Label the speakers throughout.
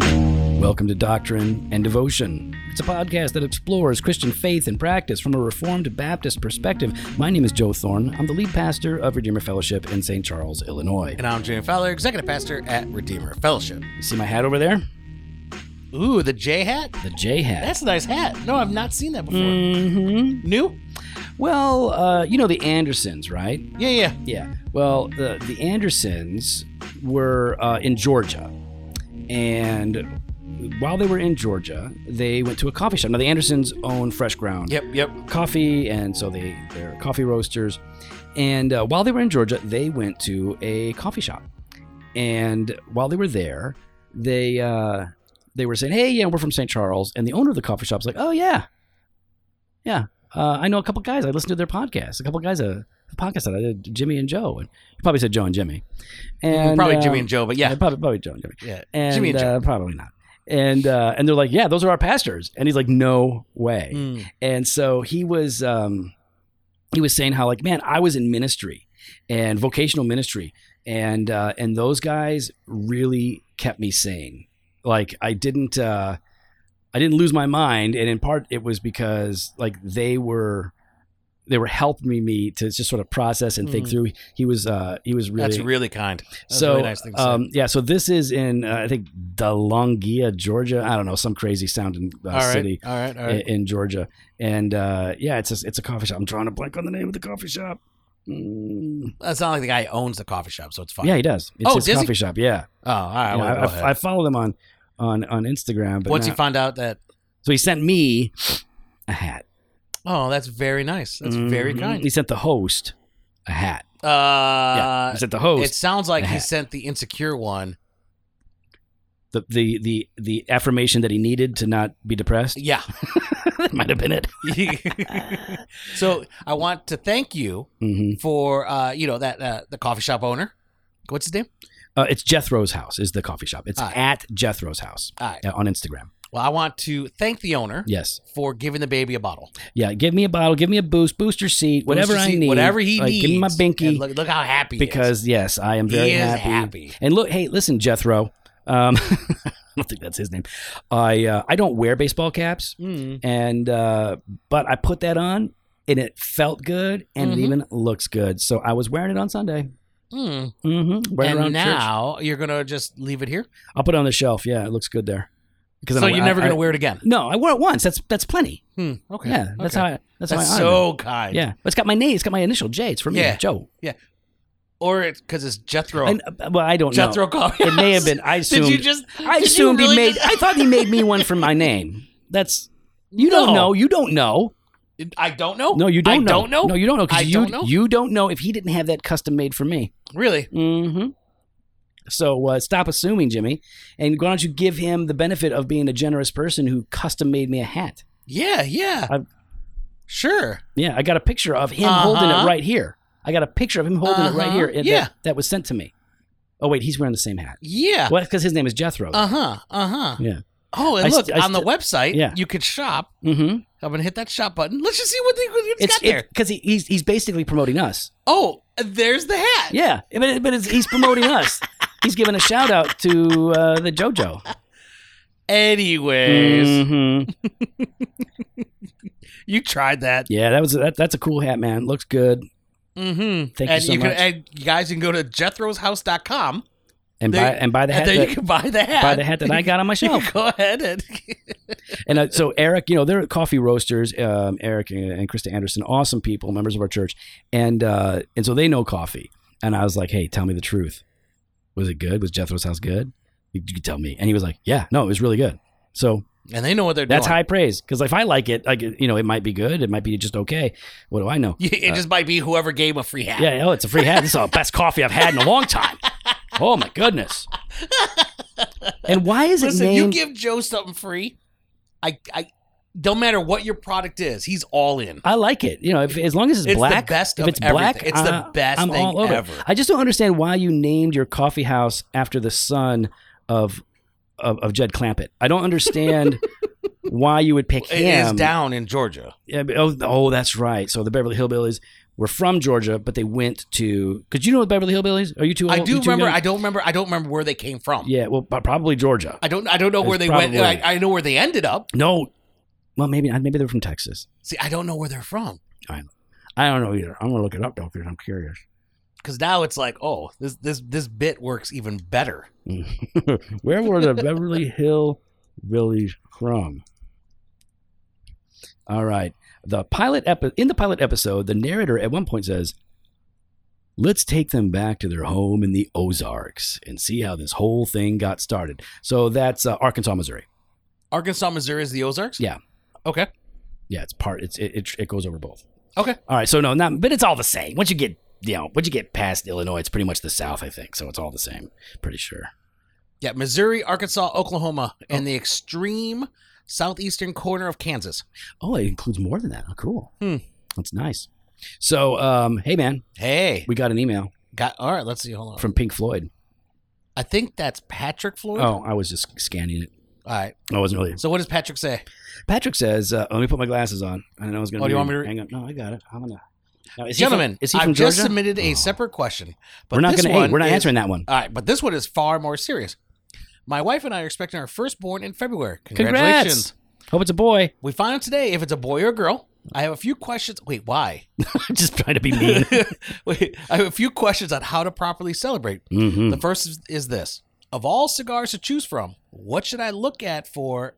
Speaker 1: Welcome to Doctrine and Devotion. It's a podcast that explores Christian faith and practice from a Reformed Baptist perspective. My name is Joe Thorne. I'm the lead pastor of Redeemer Fellowship in St. Charles, Illinois.
Speaker 2: And I'm Jim Fowler, executive pastor at Redeemer Fellowship.
Speaker 1: You see my hat over there?
Speaker 2: Ooh, the J hat?
Speaker 1: The J hat.
Speaker 2: That's a nice hat. No, I've not seen that before.
Speaker 1: Mm-hmm.
Speaker 2: New?
Speaker 1: Well, uh, you know the Andersons, right?
Speaker 2: Yeah, yeah.
Speaker 1: Yeah. Well, the, the Andersons were uh, in Georgia. And while they were in Georgia, they went to a coffee shop. Now, the Andersons own Fresh Ground
Speaker 2: Yep, yep.
Speaker 1: Coffee, and so they, they're coffee roasters. And uh, while they were in Georgia, they went to a coffee shop. And while they were there, they uh, they were saying, "Hey, yeah, we're from St. Charles." And the owner of the coffee shop's like, "Oh yeah, yeah, uh, I know a couple guys. I listened to their podcast. A couple guys, uh, the podcast that I did, Jimmy and Joe, and you probably said Joe and Jimmy, and
Speaker 2: Probably
Speaker 1: uh,
Speaker 2: Jimmy and Joe, but yeah.
Speaker 1: probably probably Joe and Jimmy,
Speaker 2: Yeah.
Speaker 1: and
Speaker 2: Jimmy and Joe.
Speaker 1: uh, probably not." And uh, and they're like, "Yeah, those are our pastors." And he's like, "No way."
Speaker 2: Mm.
Speaker 1: And so he was um, he was saying how like, man, I was in ministry and vocational ministry, and uh, and those guys really kept me sane. Like I didn't uh, I didn't lose my mind, and in part it was because like they were they were helping me to just sort of process and think
Speaker 2: Mhm.
Speaker 1: through. He was uh, he was really
Speaker 2: That's really kind. That's a
Speaker 1: so
Speaker 2: really nice thing to say.
Speaker 1: um, yeah, so this is in uh, I think Dalongia, Georgia. I don't know some crazy sounding uh,
Speaker 2: all right,
Speaker 1: city
Speaker 2: all right, all
Speaker 1: i-
Speaker 2: right.
Speaker 1: in Georgia. And uh, yeah, it's a, it's a coffee shop. I'm drawing a blank on the name of the coffee shop. Mm.
Speaker 2: That's not like the guy who owns the coffee shop, so it's fine.
Speaker 1: Yeah, he does. It's
Speaker 2: Oh,
Speaker 1: his
Speaker 2: does he?
Speaker 1: coffee shop. Yeah,
Speaker 2: Oh, all right.
Speaker 1: Yeah,
Speaker 2: well,
Speaker 1: I,
Speaker 2: go ahead.
Speaker 1: I, I follow them on on on Instagram. But
Speaker 2: Once
Speaker 1: now-
Speaker 2: you find out that,
Speaker 1: so he sent me a hat.
Speaker 2: oh, that's very nice. That's very
Speaker 1: Mhm.
Speaker 2: kind.
Speaker 1: He sent the host a hat. yeah,
Speaker 2: Uh,
Speaker 1: he sent the host
Speaker 2: it sounds like
Speaker 1: a
Speaker 2: he
Speaker 1: hat.
Speaker 2: sent the insecure one.
Speaker 1: the, the the the affirmation that he needed to not be depressed.
Speaker 2: Yeah.
Speaker 1: that might have been it.
Speaker 2: so I want to thank you
Speaker 1: hmm
Speaker 2: for uh, you know that uh, the coffee shop owner. What's his name?
Speaker 1: Uh, it's Jethro's house is the coffee shop. It's
Speaker 2: All right.
Speaker 1: at Jethro's house
Speaker 2: All right.
Speaker 1: uh, on Instagram.
Speaker 2: Well, I want to thank the owner
Speaker 1: Yes.
Speaker 2: for giving the baby a bottle,
Speaker 1: Yeah, give me a bottle, give me a boost, booster seat, whatever
Speaker 2: Booster
Speaker 1: I
Speaker 2: seat,
Speaker 1: need,
Speaker 2: whatever he
Speaker 1: Like,
Speaker 2: needs.
Speaker 1: Give me my
Speaker 2: And
Speaker 1: binky
Speaker 2: Look, look how happy he is.
Speaker 1: because yes, I am
Speaker 2: he
Speaker 1: very
Speaker 2: is
Speaker 1: happy.
Speaker 2: happy.
Speaker 1: And look, hey, listen, Jethro. Um, I don't think that's his name. I uh, I don't wear baseball caps,
Speaker 2: Mm.
Speaker 1: and uh, but I put that on, and it felt good, and
Speaker 2: Mhm.
Speaker 1: it even looks good. So I was wearing it on Sunday.
Speaker 2: Mm.
Speaker 1: Mm-hmm. Wearing it
Speaker 2: And
Speaker 1: around church.
Speaker 2: now you're gonna just leave it here.
Speaker 1: I'll put it on the shelf. Yeah, it looks good there. Because
Speaker 2: So you're never gonna wear it again.
Speaker 1: No, I wore it once. That's that's plenty.
Speaker 2: Hmm. Okay.
Speaker 1: Yeah, that's
Speaker 2: Okay.
Speaker 1: how. I, that's,
Speaker 2: That's
Speaker 1: how I honor it.
Speaker 2: so kind.
Speaker 1: Yeah, but it's got my name. It's got my initial J. It's for me,
Speaker 2: Yeah.
Speaker 1: Joe.
Speaker 2: Or it's because it's Jethro.
Speaker 1: And, uh, well, I don't
Speaker 2: Jethro
Speaker 1: know.
Speaker 2: coffee.
Speaker 1: It may have been. I
Speaker 2: Did
Speaker 1: assumed.
Speaker 2: you just?
Speaker 1: I
Speaker 2: did you
Speaker 1: assumed
Speaker 2: really
Speaker 1: he made.
Speaker 2: just-
Speaker 1: I thought he made me one for my name. That's. You
Speaker 2: No.
Speaker 1: don't know. You don't know.
Speaker 2: I don't know.
Speaker 1: No, you
Speaker 2: I
Speaker 1: don't know.
Speaker 2: don't know.
Speaker 1: No, you don't know. 'cause
Speaker 2: I
Speaker 1: you,
Speaker 2: don't know.
Speaker 1: You don't know if he didn't have that custom made for me.
Speaker 2: Really?
Speaker 1: Mm-hmm. So uh, stop assuming, Jimmy, and why don't you give him the benefit of being a generous person who custom made me a hat?
Speaker 2: Yeah, yeah.
Speaker 1: I've-
Speaker 2: sure.
Speaker 1: Yeah, I got a picture of him holding it
Speaker 2: Uh-huh.
Speaker 1: right here. I got a picture of him holding it right
Speaker 2: Uh-huh.
Speaker 1: here. and that-
Speaker 2: Yeah.
Speaker 1: that, was sent to me. Oh wait, he's wearing the same hat.
Speaker 2: Yeah.
Speaker 1: Well, because his name is Jethro.
Speaker 2: Uh huh. Uh huh.
Speaker 1: Yeah.
Speaker 2: Oh, and
Speaker 1: I
Speaker 2: look
Speaker 1: st- I
Speaker 2: on the website.
Speaker 1: Yeah.
Speaker 2: You could shop.
Speaker 1: mm-hmm.
Speaker 2: I'm gonna hit that shop button. Let's just see what they, what it's
Speaker 1: It's
Speaker 2: got there.
Speaker 1: because he, he's he's basically promoting us.
Speaker 2: oh, there's the hat.
Speaker 1: Yeah, but it- but it's, he's promoting us. He's giving a shout out to uh, the JoJo.
Speaker 2: Anyways,
Speaker 1: Mhm.
Speaker 2: you tried that.
Speaker 1: Yeah, that was that, that's a cool hat, man. Looks good.
Speaker 2: Mm-hmm.
Speaker 1: Thank you
Speaker 2: and
Speaker 1: so
Speaker 2: can,
Speaker 1: much.
Speaker 2: and you guys can go to Jethro'sHouse.com
Speaker 1: And
Speaker 2: There-
Speaker 1: buy and buy the hat
Speaker 2: and there
Speaker 1: that,
Speaker 2: you can buy the hat.
Speaker 1: buy the hat that I got Oh. on my
Speaker 2: You
Speaker 1: shelf.
Speaker 2: can go ahead and
Speaker 1: And uh, so Eric, you know, they're coffee roasters. Um, Eric and, and Krista Anderson, awesome people, members of our church, and uh, and so they know coffee. And I was like, hey, tell me the truth. Was it good? Was Jethro's house good? You, you can tell me. And he was like, yeah, no, it was really good. So
Speaker 2: and they know what they're
Speaker 1: that's
Speaker 2: doing.
Speaker 1: high praise because if I like it, like you know, it might be good. It might be just okay. What do I know?
Speaker 2: You- it just might be whoever gave a free hat.
Speaker 1: Uh. Yeah, oh, it's a free hat. This is the best coffee I've had in a long time. Oh my goodness! And why is it
Speaker 2: Listen,
Speaker 1: named?
Speaker 2: you give Joe something free. I, I don't matter what your product is. He's all in.
Speaker 1: I like it. You know, if, as long as it's,
Speaker 2: It's
Speaker 1: black,
Speaker 2: the best
Speaker 1: if
Speaker 2: of
Speaker 1: it's black,
Speaker 2: everything. It's the
Speaker 1: uh,
Speaker 2: best
Speaker 1: I'm
Speaker 2: thing
Speaker 1: all over it.
Speaker 2: ever.
Speaker 1: I just don't understand why you named your coffee house after the son of of, of Jed Clampett. I don't understand why you would pick
Speaker 2: It is
Speaker 1: him.
Speaker 2: down in Georgia.
Speaker 1: Yeah, but- oh, oh, that's right. So the Beverly Hillbillies. were from Georgia, but they went to because you know the Beverly Hillbillies. Are you too?
Speaker 2: I
Speaker 1: old-
Speaker 2: do
Speaker 1: you too
Speaker 2: remember.
Speaker 1: young?
Speaker 2: I don't remember. I don't remember where they came from.
Speaker 1: yeah, well, pro- probably Georgia.
Speaker 2: I don't. I don't know
Speaker 1: It's
Speaker 2: where they
Speaker 1: probably-
Speaker 2: went. I, I know where they ended up.
Speaker 1: No, well, maybe not. maybe they're from Texas.
Speaker 2: See, I don't know where they're from
Speaker 1: I don't know either. I'm gonna look it up though because I'm curious.
Speaker 2: because now it's like, oh, this this this bit works even better.
Speaker 1: Where were the Beverly Hill Billies from? All right. The pilot epi- in the pilot episode, the narrator at one point says, "Let's take them back to their home in the Ozarks and see how this whole thing got started." So that's uh, Arkansas, Missouri.
Speaker 2: Arkansas, Missouri is the Ozarks.
Speaker 1: Yeah.
Speaker 2: Okay.
Speaker 1: Yeah, it's part. It's it, it, it goes over both.
Speaker 2: Okay.
Speaker 1: All right. So no, not but it's all the same. Once you get you know, once you get past Illinois, it's pretty much the South, I think. So it's all the same. Pretty sure.
Speaker 2: Yeah. Missouri, Arkansas, Oklahoma,
Speaker 1: Oh.
Speaker 2: and the extreme southeastern corner of Kansas.
Speaker 1: Oh, it includes more than that. Oh, cool.
Speaker 2: Hmm.
Speaker 1: That's nice. So, um, hey man,
Speaker 2: Hey,
Speaker 1: we got an email
Speaker 2: got all right. Let's see. Hold on.
Speaker 1: from Pink Floyd.
Speaker 2: I think that's Patrick Floyd. All
Speaker 1: Oh, I was just scanning it.
Speaker 2: right.
Speaker 1: I wasn't really.
Speaker 2: So what does Patrick say?
Speaker 1: Patrick says, uh, "Let me put my glasses on." I know I was going
Speaker 2: Oh, do you want me to re-
Speaker 1: Hang on. No, I got it. I'm gonna. Now, is he from-
Speaker 2: Gentlemen,
Speaker 1: is he from
Speaker 2: I've just
Speaker 1: Georgia?
Speaker 2: submitted a
Speaker 1: Oh.
Speaker 2: separate question, but
Speaker 1: we're not
Speaker 2: this
Speaker 1: gonna.
Speaker 2: one
Speaker 1: hey, we're not
Speaker 2: is-
Speaker 1: answering that one.
Speaker 2: All right, but this one is far more serious. My wife and I are expecting our firstborn in February.
Speaker 1: Congrats.
Speaker 2: Congratulations.
Speaker 1: Hope it's a boy.
Speaker 2: We found out today if it's a boy or a girl. I have a few questions. Wait, why?
Speaker 1: I'm just trying to be mean.
Speaker 2: Wait, I have a few questions on how to properly celebrate.
Speaker 1: hmm
Speaker 2: The first is, is this. Of all cigars to choose from, what should I look at for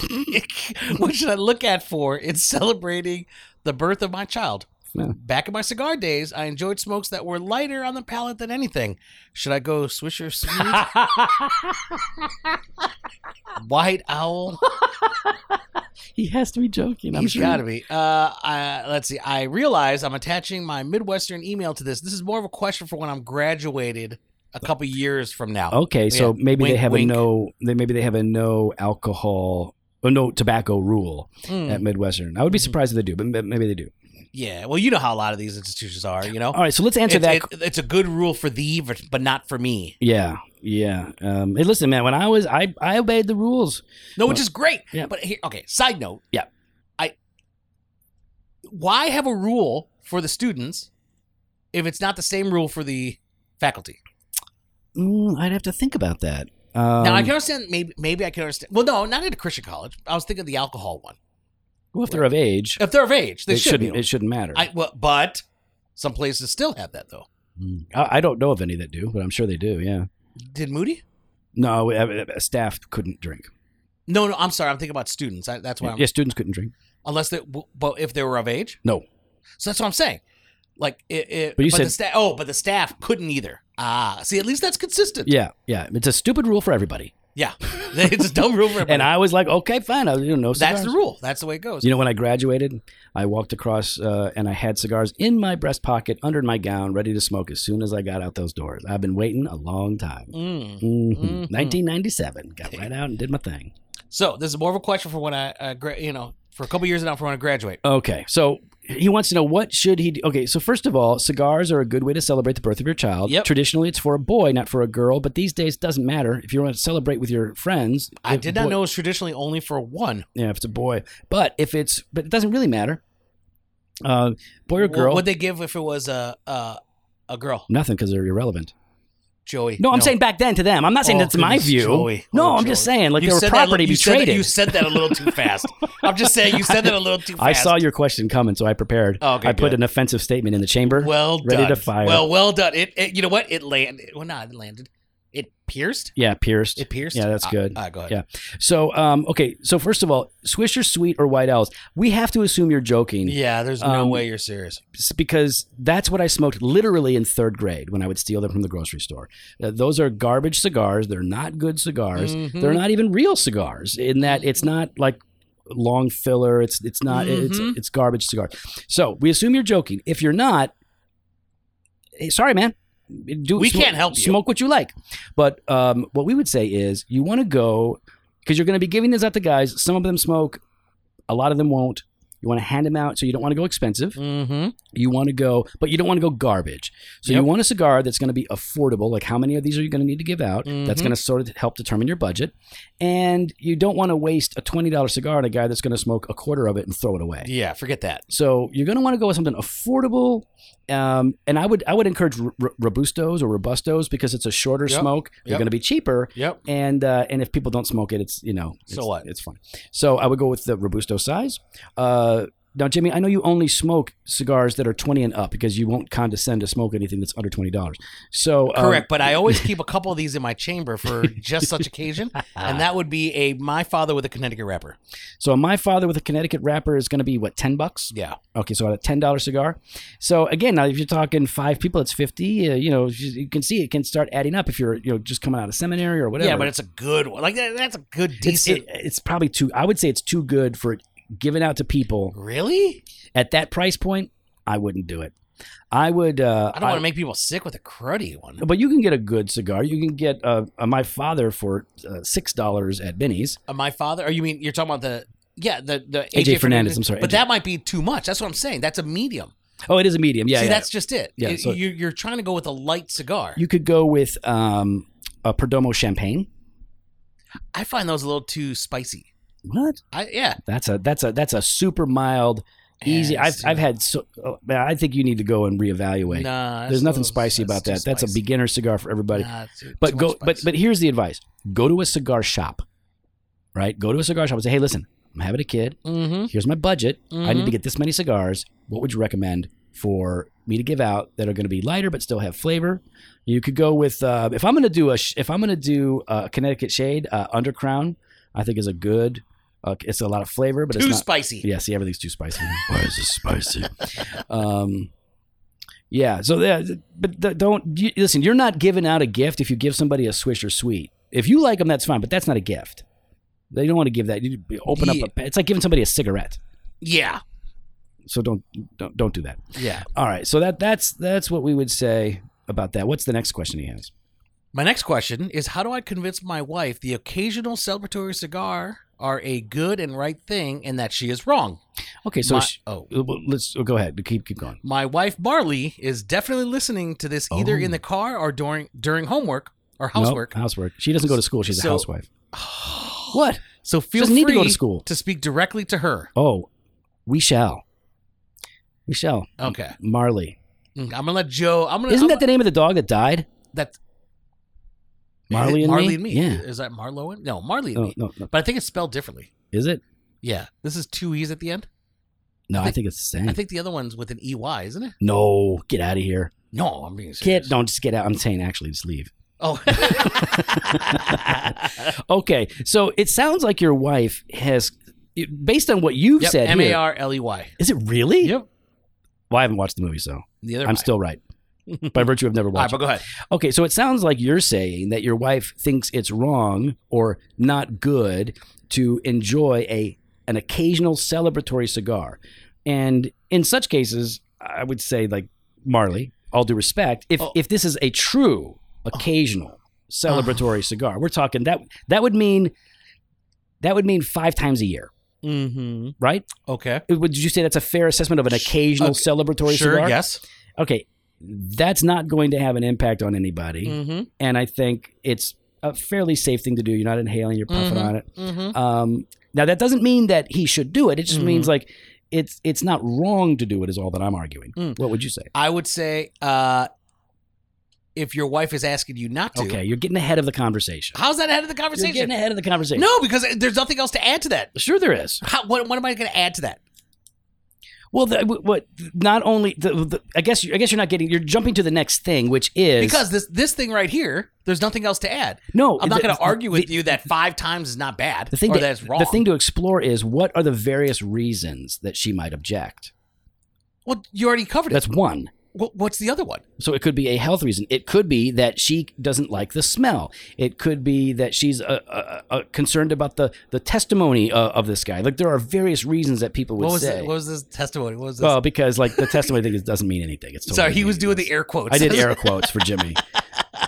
Speaker 2: what should I look at for in celebrating the birth of my child?
Speaker 1: Yeah.
Speaker 2: Back in my cigar days, I enjoyed smokes that were lighter on the palate than anything. Should I go Swisher Sweet? White Owl.
Speaker 1: he has to be joking. I'm
Speaker 2: He's
Speaker 1: sure.
Speaker 2: got to be. Uh, I, let's see. I realize I'm attaching my Midwestern email to this. This is more of a question for when I'm graduated a couple years from now.
Speaker 1: Okay, so
Speaker 2: Yeah.
Speaker 1: maybe they
Speaker 2: Wink,
Speaker 1: have
Speaker 2: wink.
Speaker 1: a no. They maybe they have a no alcohol or no tobacco rule
Speaker 2: Mm,
Speaker 1: at Midwestern. I would be
Speaker 2: Mhm.
Speaker 1: surprised if they do, but m- maybe they do.
Speaker 2: yeah. Well, you know how a lot of these institutions are. You know,
Speaker 1: All right, so let's answer
Speaker 2: Oh. it's,
Speaker 1: that.
Speaker 2: it- it's a good rule for thee, but but not for me.
Speaker 1: yeah, yeah. Um, hey, listen, man. When I was, I I obeyed the rules.
Speaker 2: No, which is great.
Speaker 1: Yeah.
Speaker 2: But here, okay. Side note.
Speaker 1: Yeah.
Speaker 2: I. Why have a rule for the students if it's not the same rule for the faculty?
Speaker 1: Mm, I'd have to think about that. Um,
Speaker 2: now I can understand. Maybe maybe I can understand. Well, no, not at a Christian college. I was thinking of the alcohol one.
Speaker 1: well, if they're of age,
Speaker 2: If they're of age, they
Speaker 1: it
Speaker 2: should
Speaker 1: shouldn't.
Speaker 2: be.
Speaker 1: It shouldn't matter.
Speaker 2: I, well, but some places still have that though.
Speaker 1: Mm. I, I don't know of any that do, but I'm sure they do. Yeah.
Speaker 2: Did Moody?
Speaker 1: No, uh, uh, staff couldn't drink.
Speaker 2: No, no. I'm sorry. I'm thinking about students. I, that's why. I'm,
Speaker 1: Yeah, students couldn't drink.
Speaker 2: Unless they, w- but if they were of age,
Speaker 1: No.
Speaker 2: So that's what I'm saying. Like it. it
Speaker 1: But you
Speaker 2: the sta- oh, but the staff couldn't either. Ah, see, at least that's consistent.
Speaker 1: Yeah, yeah. It's a stupid rule for everybody.
Speaker 2: Yeah, it's a dumb rule for everybody.
Speaker 1: And I was like, okay, fine. I you know, no
Speaker 2: that's
Speaker 1: cigars.
Speaker 2: the rule. That's the way it goes.
Speaker 1: You know, when I graduated, I walked across uh, and I had cigars in my breast pocket, under my gown, ready to smoke as soon as I got out those doors. I've been waiting a long time. Mhm.
Speaker 2: Mm. Mhm.
Speaker 1: 1997, got right out and did my thing.
Speaker 2: So this is more of a question for when I, uh, gra- you know, for a couple years now, for when I graduate.
Speaker 1: Okay, so he wants to know what should he do. Okay, so first of all, cigars are a good way to celebrate the birth of your child.
Speaker 2: Yep.
Speaker 1: Traditionally, it's for a boy, not for a girl, but these days it doesn't matter if you want to celebrate with your friends.
Speaker 2: I
Speaker 1: if
Speaker 2: did not
Speaker 1: boy-
Speaker 2: know it was traditionally only for one.
Speaker 1: Yeah, if it's a boy, but if it's but it doesn't really matter. Uh, boy or
Speaker 2: Wh-
Speaker 1: girl,
Speaker 2: What'd they give if it was a a, a girl?
Speaker 1: nothing because they're irrelevant.
Speaker 2: Joey.
Speaker 1: No, I'm saying back then to them. I'm not saying
Speaker 2: Oh,
Speaker 1: that's my
Speaker 2: goodness,
Speaker 1: view.
Speaker 2: Joey.
Speaker 1: No,
Speaker 2: Oh,
Speaker 1: I'm just
Speaker 2: Joey.
Speaker 1: saying like
Speaker 2: You
Speaker 1: they were
Speaker 2: said that a
Speaker 1: property
Speaker 2: little- you said that-
Speaker 1: betrayed.
Speaker 2: You said that a little too fast. I'm just saying you said that a little too fast.
Speaker 1: I saw your question coming, so I prepared.
Speaker 2: Oh, okay,
Speaker 1: I put
Speaker 2: good.
Speaker 1: an offensive statement in the chamber.
Speaker 2: Well done.
Speaker 1: ready to fire.
Speaker 2: Well, well done. It, it- You know what? It landed. Well, not it landed. It pierced.
Speaker 1: yeah, pierced.
Speaker 2: It pierced.
Speaker 1: Yeah, that's
Speaker 2: Ah,
Speaker 1: good.
Speaker 2: ah, go ahead.
Speaker 1: Yeah. so, um, okay, so first of all, Swisher Sweet or White Owls, we have to assume you're joking
Speaker 2: Yeah, there's no
Speaker 1: Um,
Speaker 2: way you're serious.
Speaker 1: s- because that's what I smoked literally in third grade when I would steal them from the grocery store. Uh, those are garbage cigars. They're not good cigars.
Speaker 2: Mhm.
Speaker 1: They're not even real cigars in that it's not like long filler. It's it's not
Speaker 2: Mhm.
Speaker 1: it's it's garbage cigar. So we assume you're joking. If you're not, eh, sorry, man. Do,
Speaker 2: We can't help you.
Speaker 1: Smoke what you like, but um, what we would say is you want to go because you're going to be giving this out to guys. Some of them smoke, a lot of them won't. You want to hand them out, so you don't want to go expensive.
Speaker 2: Mm-hmm.
Speaker 1: You want to go, but you don't want to go garbage. So
Speaker 2: Yep.
Speaker 1: you want a cigar that's going to be affordable. Like how many of these are you going to need to give out? That's
Speaker 2: Mhm.
Speaker 1: going to sort of help determine your budget. And you don't want to waste a twenty dollar cigar on a guy that's going to smoke a quarter of it and throw it away.
Speaker 2: Yeah, forget that.
Speaker 1: So you're going to want to go with something affordable, um, and I would I would encourage r- r- robustos or robustos because it's a shorter
Speaker 2: Yep.
Speaker 1: smoke. They're
Speaker 2: Yep.
Speaker 1: going to be cheaper,
Speaker 2: Yep.
Speaker 1: and uh, and if people don't smoke it, it's you know it's,
Speaker 2: So what?
Speaker 1: it's fun. So I would go with the robusto size. Uh, now, Jimmy, I know you only smoke cigars that are twenty and up because you won't condescend to smoke anything that's under twenty dollars. So um,
Speaker 2: Correct, but I always keep a couple of these in my chamber for just such occasion, and that would be a my father with a Connecticut wrapper.
Speaker 1: So my father with a Connecticut wrapper is going to be what ten bucks.
Speaker 2: Yeah,
Speaker 1: Okay, so at a ten dollar cigar. So again, now if you're talking five people, it's fifty. Uh, you know, you you can see it can start adding up if you're you know just coming out of seminary or whatever.
Speaker 2: yeah, but it's a good one. Like that, that's a good
Speaker 1: it's,
Speaker 2: decent.
Speaker 1: it- it's probably too. I would say it's too good for giving out to people
Speaker 2: really,
Speaker 1: at that price point. I wouldn't do it. I would. Uh,
Speaker 2: I don't want to make people sick with a cruddy one.
Speaker 1: But you can get a good cigar. You can get uh, uh, my father for uh, six dollars at Benny's.
Speaker 2: Uh, my father, or you mean you're talking about the yeah the the
Speaker 1: AJ Fernandez, I'm sorry,
Speaker 2: but
Speaker 1: AJ.
Speaker 2: that might be too much. That's what I'm saying. That's a medium.
Speaker 1: Oh, it is a medium. Yeah,
Speaker 2: See,
Speaker 1: yeah.
Speaker 2: that's just it.
Speaker 1: Yeah,
Speaker 2: It-
Speaker 1: so-
Speaker 2: you're, you're trying to go with a light cigar.
Speaker 1: you could go with um, a Perdomo champagne.
Speaker 2: I find those a little too spicy.
Speaker 1: What?
Speaker 2: I yeah,
Speaker 1: That's a that's a that's a super mild, easy.
Speaker 2: Yeah,
Speaker 1: I've
Speaker 2: it's-
Speaker 1: I've had so. Oh, man, I think you need to go and reevaluate.
Speaker 2: Nah, that's
Speaker 1: There's nothing
Speaker 2: those-
Speaker 1: spicy about
Speaker 2: that's
Speaker 1: that.
Speaker 2: too
Speaker 1: That's a
Speaker 2: spicy.
Speaker 1: beginner cigar for everybody.
Speaker 2: Nah, too-
Speaker 1: but
Speaker 2: too
Speaker 1: go.
Speaker 2: much
Speaker 1: But
Speaker 2: spice.
Speaker 1: but here's the advice: go to a cigar shop, right? Go to a cigar shop and say, hey, listen, I'm having a kid.
Speaker 2: Mhm.
Speaker 1: Here's my budget. I need
Speaker 2: Mhm.
Speaker 1: to get this many cigars. What would you recommend for me to give out that are going to be lighter but still have flavor? You could go with uh, if I'm going to do a sh- if I'm going to do a Connecticut shade uh, undercrown. I think is a good. Uh, it's a lot of flavor, but
Speaker 2: too
Speaker 1: it's not
Speaker 2: spicy.
Speaker 1: yeah, see, everything's too spicy. Why is this spicy? um, yeah. So, yeah, but th- don't you, listen. You're not giving out a gift if you give somebody a Swish or Sweet. If you like them, that's fine, but that's not a gift. They don't want to give that. You open
Speaker 2: Yeah.
Speaker 1: up. A, it's like giving somebody a cigarette.
Speaker 2: yeah,
Speaker 1: So don't don't don't do that.
Speaker 2: yeah.
Speaker 1: All right. So that that's that's what we would say about that. What's the next question he has?
Speaker 2: My next question is: How do I convince my wife the occasional celebratory cigar are a good and right thing, and that she is wrong?
Speaker 1: Okay. So
Speaker 2: My-
Speaker 1: sh-
Speaker 2: oh,
Speaker 1: let's go ahead. Keep keep going.
Speaker 2: My wife Marley is definitely listening to this either
Speaker 1: Oh.
Speaker 2: in the car or during during homework or
Speaker 1: Nope,
Speaker 2: housework.
Speaker 1: housework. She doesn't go to school. She's
Speaker 2: So-
Speaker 1: a housewife. What?
Speaker 2: So feel
Speaker 1: doesn't
Speaker 2: free
Speaker 1: need to go to school.
Speaker 2: to speak directly to her.
Speaker 1: Oh, we shall. We shall.
Speaker 2: Okay,
Speaker 1: Marley.
Speaker 2: Mm, I'm gonna let Joe. I'm gonna.
Speaker 1: Isn't
Speaker 2: I'm
Speaker 1: that the name of the dog that died?
Speaker 2: that
Speaker 1: Marley and
Speaker 2: Marley
Speaker 1: me?
Speaker 2: and me?
Speaker 1: Yeah.
Speaker 2: Is that Marlowe? and- No, Marley and
Speaker 1: Oh,
Speaker 2: me.
Speaker 1: no, no.
Speaker 2: But I think it's spelled differently.
Speaker 1: Is it?
Speaker 2: Yeah, this is two e's at the end.
Speaker 1: No, I
Speaker 2: think-
Speaker 1: think it's the same.
Speaker 2: I think the other one's with an ey, isn't it?
Speaker 1: no, get out of here.
Speaker 2: No, I'm being serious.
Speaker 1: Get, don't just get out. I'm saying actually just leave.
Speaker 2: Oh.
Speaker 1: Okay. So it sounds like your wife has, it- based on what you've
Speaker 2: yep,
Speaker 1: said
Speaker 2: M A
Speaker 1: here,
Speaker 2: R L E Y.
Speaker 1: is it really?
Speaker 2: Yep.
Speaker 1: Well, I haven't watched the movie, so
Speaker 2: The other.
Speaker 1: I'm still right. By virtue of never
Speaker 2: All right,
Speaker 1: watching.
Speaker 2: but go ahead.
Speaker 1: Okay, so it sounds like you're saying that your wife thinks it's wrong or not good to enjoy a an occasional celebratory cigar. And in such cases, I would say like Marley, all due respect, if
Speaker 2: Oh.
Speaker 1: if this is a true occasional celebratory cigar, we're talking that that would mean that would mean 5 times a year,
Speaker 2: Mm-hmm.
Speaker 1: right?
Speaker 2: Okay.
Speaker 1: Would you say that's a fair assessment of an
Speaker 2: Sh-
Speaker 1: occasional
Speaker 2: okay,
Speaker 1: celebratory
Speaker 2: sure.
Speaker 1: cigar?
Speaker 2: Yes.
Speaker 1: Okay. That's not going to have an impact on anybody
Speaker 2: Mm-hmm.
Speaker 1: and I think it's a fairly safe thing to do. You're not inhaling, you're puffing
Speaker 2: Mhm.
Speaker 1: on it.
Speaker 2: Mm-hmm.
Speaker 1: Um, now that doesn't mean that he should do it. It just
Speaker 2: Mhm.
Speaker 1: means like it's it's not wrong to do it. Is all that I'm arguing.
Speaker 2: Mm.
Speaker 1: What would you say?
Speaker 2: I would say uh, if your wife is asking you not to,
Speaker 1: Okay, you're getting ahead of the conversation.
Speaker 2: how's that ahead of the
Speaker 1: You're
Speaker 2: conversation?
Speaker 1: getting ahead of the conversation.
Speaker 2: No, because there's nothing else to add to that.
Speaker 1: sure there is.
Speaker 2: How, what, what am I going to add to that?
Speaker 1: Well, the, what? Not only the, the, I guess you- I guess you're not getting. You're jumping to the next thing, which is
Speaker 2: Because this this thing right here, there's nothing else to add.
Speaker 1: no,
Speaker 2: I'm not
Speaker 1: the-
Speaker 2: going to argue
Speaker 1: the-
Speaker 2: with you that five times is not bad
Speaker 1: The thing
Speaker 2: or
Speaker 1: to-
Speaker 2: that's wrong.
Speaker 1: The thing to explore is what are the various reasons that she might object.
Speaker 2: well, you already covered it.
Speaker 1: That's one.
Speaker 2: What, what's the other one?
Speaker 1: So it could be a health reason. It could be that she doesn't like the smell. It could be that she's uh, uh, uh, concerned about the the testimony uh, of this guy. Like there are various reasons that people would
Speaker 2: What was,
Speaker 1: say.
Speaker 2: it, what was this testimony? What was this?
Speaker 1: well, because like the testimony thing is, doesn't mean anything. It's totally
Speaker 2: Sorry, he was doing
Speaker 1: meaningless.
Speaker 2: the air quotes.
Speaker 1: I did air quotes for Jimmy.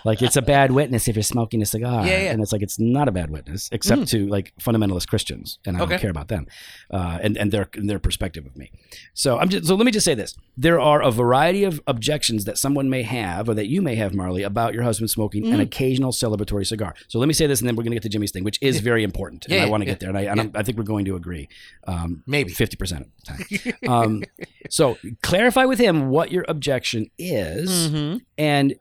Speaker 1: like it's a bad witness if you're smoking a cigar.
Speaker 2: Yeah, yeah.
Speaker 1: And it's like it's not a bad witness, except to like fundamentalist Christians, and I
Speaker 2: Okay.
Speaker 1: don't care about them, uh, and and their and their perspective of me. So I'm just so let me just say this: there are a variety of objections that someone may have, or that you may have, Marley, about your husband smoking
Speaker 2: Mm.
Speaker 1: an occasional celebratory cigar. So let me say this, and then we're going to get to Jimmy's thing, which is very important, and
Speaker 2: Yeah,
Speaker 1: I want to
Speaker 2: yeah,
Speaker 1: get there, and I and I'm- I think we're going to agree, um,
Speaker 2: Maybe.
Speaker 1: fifty percent of the time. Um, so clarify with him what your objection is
Speaker 2: Mm-hmm.
Speaker 1: and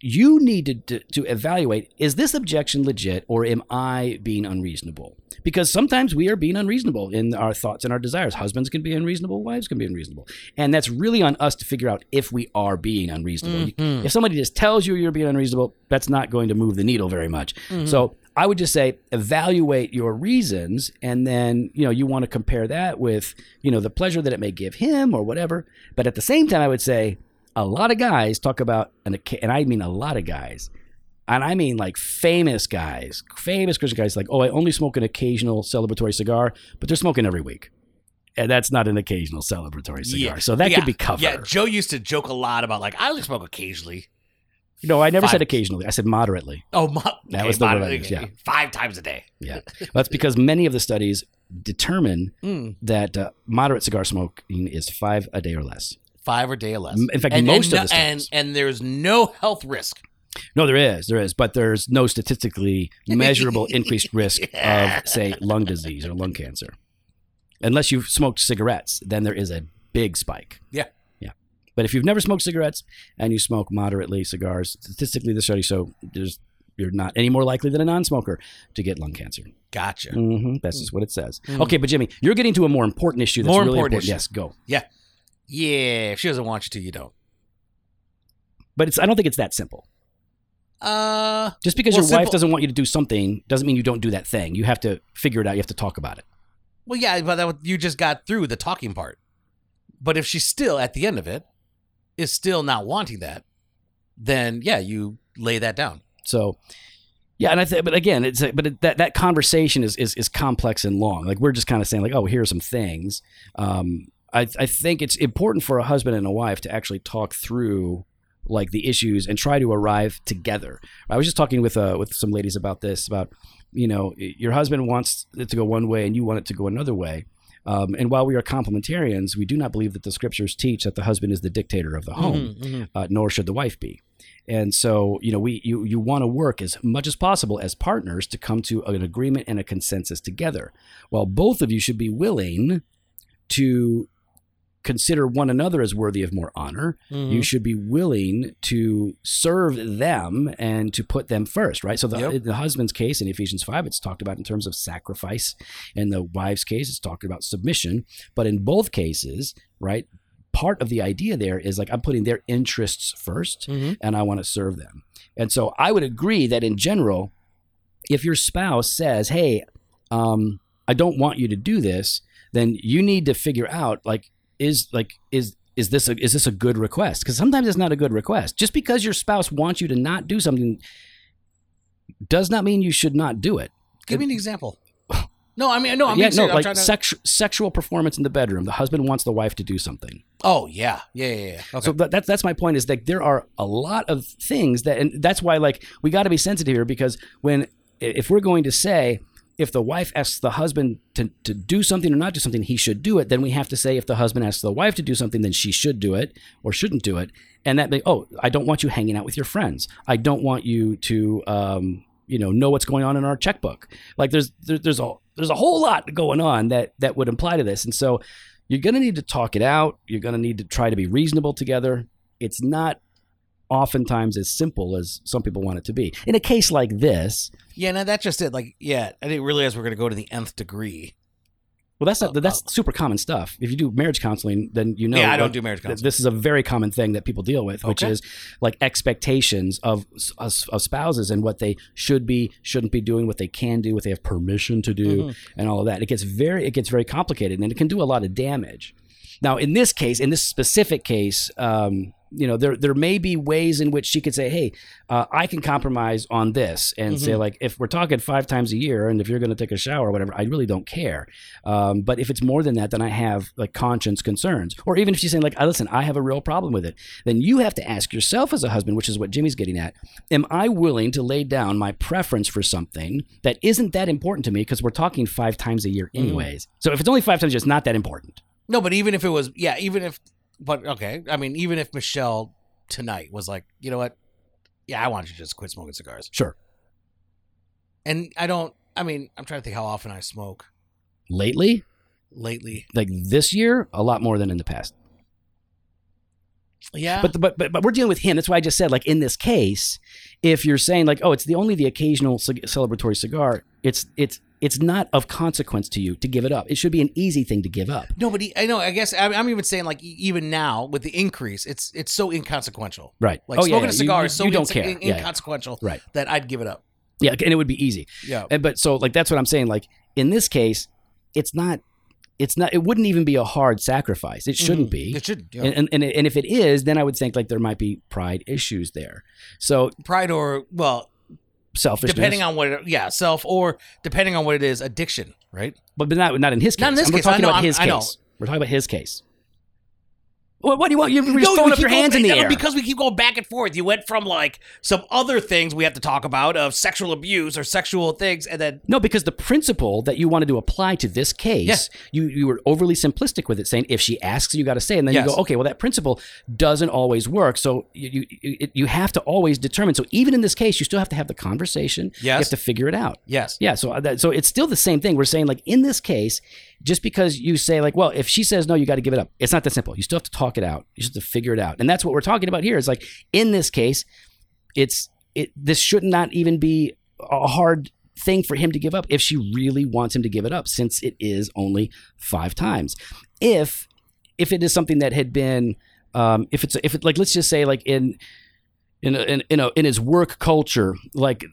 Speaker 1: you need to, to, to evaluate is this objection legit or am i being unreasonable because sometimes we are being unreasonable in our thoughts and our desires husbands can be unreasonable wives can be unreasonable and that's really on us to figure out if we are being unreasonable
Speaker 2: Mm.
Speaker 1: You- if somebody just tells you you're being unreasonable that's not going to move the needle very much
Speaker 2: Mm-hmm.
Speaker 1: so i would just say evaluate your reasons and then you know you want to compare that with you know the pleasure that it may give him or whatever but at the same time i would say a lot of guys talk about an occa- and I mean a lot of guys, and I mean like famous guys, famous Christian guys, like oh, I only smoke an occasional celebratory cigar, but they're smoking every week, and that's not an occasional celebratory cigar. So that could be covered.
Speaker 2: Yeah, Joe used to joke a lot about like I only smoke occasionally.
Speaker 1: no, I never
Speaker 2: Five-
Speaker 1: said occasionally. I said moderately.
Speaker 2: Oh, mo-
Speaker 1: That
Speaker 2: okay,
Speaker 1: was the word I
Speaker 2: moderately,
Speaker 1: used, yeah.
Speaker 2: five times a day.
Speaker 1: Yeah, that's because many of the studies determine
Speaker 2: Mm.
Speaker 1: that uh, moderate cigar smoking is five a day or less.
Speaker 2: Five or day or less.
Speaker 1: M- in fact, most of
Speaker 2: and,
Speaker 1: the
Speaker 2: no- and
Speaker 1: studies.
Speaker 2: and there's no health risk.
Speaker 1: No, there is, there is, but there's no statistically measurable increased risk
Speaker 2: Yeah.
Speaker 1: of, say, lung disease or lung cancer, unless you've smoked cigarettes. Then there is a big spike.
Speaker 2: Yeah.
Speaker 1: yeah. But if you've never smoked cigarettes and you smoke moderately cigars, statistically, the study so there's you're not any more likely than a non-smoker to get lung cancer.
Speaker 2: Gotcha.
Speaker 1: hmm That's just what it says.
Speaker 2: Mm.
Speaker 1: Okay, but Jimmy, you're getting to a more important issue. That's
Speaker 2: More
Speaker 1: really important.
Speaker 2: important issue.
Speaker 1: Yes, go.
Speaker 2: Yeah, if she doesn't want you to, you don't.
Speaker 1: But it's I don't think it's that simple.
Speaker 2: Uh,
Speaker 1: Just because
Speaker 2: Well,
Speaker 1: your wife
Speaker 2: simple-
Speaker 1: doesn't want you to do something doesn't mean you don't do that thing. You have to figure it out. You have to talk about it.
Speaker 2: well, yeah, but that, you just got through the talking part. But if she's still at the end of it, is still not wanting that, then yeah, you lay that down.
Speaker 1: So, yeah, and I th- but again, it's a, but it, that that conversation is, is is complex and long. Like we're just kind of saying like, oh, here are some things. Um, I I think it's important for a husband and a wife to actually talk through like the issues and try to arrive together. I was just talking with uh with some ladies about this about you know your husband wants it to go one way and you want it to go another way. Um, and while we are complementarians, we do not believe that the scriptures teach that the husband is the dictator of the home
Speaker 2: Mhm, mhm.
Speaker 1: uh, nor should the wife be. And so, you know, we you you want to work as much as possible as partners to come to an agreement and a consensus together. While both of you should be willing to consider one another as worthy of more honor,
Speaker 2: Mm-hmm.
Speaker 1: you should be willing to serve them and to put them first, right? So the,
Speaker 2: Yep.
Speaker 1: in the husband's case in Ephesians 5, it's talked about in terms of sacrifice. In the wife's case, it's talking about submission. But in both cases, right, part of the idea there is like I'm putting their interests 1st
Speaker 2: Mhm.
Speaker 1: and I want to serve them. And so I would agree that in general, if your spouse says, hey, um, I don't want you to do this, then you need to figure out like is like is is this a, is this a good request? Because sometimes it's not a good request. Just because your spouse wants you to not do something does not mean you should not do it.
Speaker 2: Give me an example. No, I mean, no, I'm
Speaker 1: yeah,
Speaker 2: being serious.
Speaker 1: no,
Speaker 2: I'm
Speaker 1: like
Speaker 2: trying to-
Speaker 1: sexu- sexual performance in the bedroom. The husband wants the wife to do something.
Speaker 2: Oh yeah, yeah, yeah. yeah. Okay.
Speaker 1: So that, that's that's my point is like there are a lot of things that and that's why like we got to be sensitive here because when if we're going to say if the wife asks the husband to, to do something or not do something he should do it then we have to say if the husband asks the wife to do something then she should do it or shouldn't do it and that may, oh I don't want you hanging out with your friends I don't want you to um, you know know what's going on in our checkbook like there's there, there's a there's a whole lot going on that that would imply to this and so you're going to need to talk it out. You're going to need to try to be reasonable together. It's not oftentimes as simple as some people want it to be. In a case like this,
Speaker 2: yeah, no, that's just it. Like, yeah, I didn't realize we are gonna go to the nth degree.
Speaker 1: well, that's not,
Speaker 2: Uh,
Speaker 1: that's super common stuff. If you do marriage counseling, then you know.
Speaker 2: yeah, I
Speaker 1: like,
Speaker 2: don't do marriage
Speaker 1: th-
Speaker 2: counseling.
Speaker 1: This is a very common thing that people deal with, which
Speaker 2: Okay.
Speaker 1: is like expectations of, s- of s- of spouses and what they should be, shouldn't be doing, what they can do, what they have permission to do,
Speaker 2: Mhm.
Speaker 1: and all of that. It gets very it gets very complicated, and it can do a lot of damage. Now, in this case, in this specific case, um, you know there there may be ways in which she could say hey uh, i can compromise on this and say like if we're talking five times a year and if you're going to take a shower or whatever i really don't care um, but if it's more than that then i have like conscience concerns or even if she's saying like "Uh, listen i have a real problem with it then you have to ask yourself as a husband which is what jimmy's getting at am i willing to lay down my preference for something that isn't that important to me because we're talking five times a
Speaker 2: Mm.
Speaker 1: year anyways so if it's only five times a year it's not that important
Speaker 2: No, but even if it was, yeah, even if, but okay, I mean, even if Michelle tonight was like, you know what, yeah, I want you to just quit smoking cigars,
Speaker 1: sure
Speaker 2: and I don't, I mean, I'm trying to think how often I smoke
Speaker 1: lately
Speaker 2: lately.
Speaker 1: like this year a lot more than in the past
Speaker 2: Yeah,
Speaker 1: but, but but but we're dealing with him. That's why I just said like in this case, if you're saying like oh it's the only the occasional cig- celebratory cigar, it's it's it's not of consequence to you to give it up. It should be an easy thing to give up.
Speaker 2: no, but he, I know. I guess I'm, I'm even saying like e- even now with the increase, it's it's so inconsequential.
Speaker 1: Right.
Speaker 2: Like
Speaker 1: oh, yeah, yeah.
Speaker 2: smoking a
Speaker 1: You-
Speaker 2: cigar
Speaker 1: you,
Speaker 2: is so
Speaker 1: you don't
Speaker 2: inse-
Speaker 1: care.
Speaker 2: in-
Speaker 1: yeah, yeah.
Speaker 2: inconsequential
Speaker 1: Right.
Speaker 2: that I'd give it up.
Speaker 1: Yeah, and it would be easy.
Speaker 2: Yeah.
Speaker 1: And but so like that's what I'm saying. Like in this case, it's not it's not it wouldn't even be a hard sacrifice. It shouldn't be.
Speaker 2: Mm. Mm-hmm. It should. Yeah.
Speaker 1: and, and, and, and if it is, then I would think like there might be pride issues there. So
Speaker 2: Pride or well,
Speaker 1: selfishness,
Speaker 2: depending on what. It, yeah, self or depending on what it is, addiction. Right.
Speaker 1: But, but not not in his case.
Speaker 2: Not in this
Speaker 1: And We're
Speaker 2: case. I
Speaker 1: talking
Speaker 2: know,
Speaker 1: about
Speaker 2: I'm-
Speaker 1: his
Speaker 2: I know.
Speaker 1: case. We're talking about his case. What, what do you want? You're just
Speaker 2: No,
Speaker 1: throwing
Speaker 2: we
Speaker 1: up
Speaker 2: keep
Speaker 1: your hands
Speaker 2: going-
Speaker 1: in the
Speaker 2: no,
Speaker 1: air.
Speaker 2: because we keep going back and forth. You went from like some other things we have to talk about of sexual abuse or sexual things, and then
Speaker 1: no, because the principle that you wanted to apply to this case, you, you were overly simplistic with it, saying if she asks, you got to say, and then
Speaker 2: Yes.
Speaker 1: you go, okay, well that principle doesn't always work. So you you, you it- you have to always determine. So even in this case, you still have to have the conversation.
Speaker 2: Yes.
Speaker 1: you have to figure it out.
Speaker 2: yes,
Speaker 1: Yeah, so uh, that, so it's still the same thing. We're saying like in this case, just because you say like, well, if she says no, you got to give it up. It's not that simple. You still have to talk it out. You still have to figure it out, and that's what we're talking about here. Is like in this case, it's it. This should not even be a hard thing for him to give up if she really wants him to give it up, since it is only five times. If if it is something that had been, um, if it's if it like let's just say like in in a, in in, a, in his work culture, like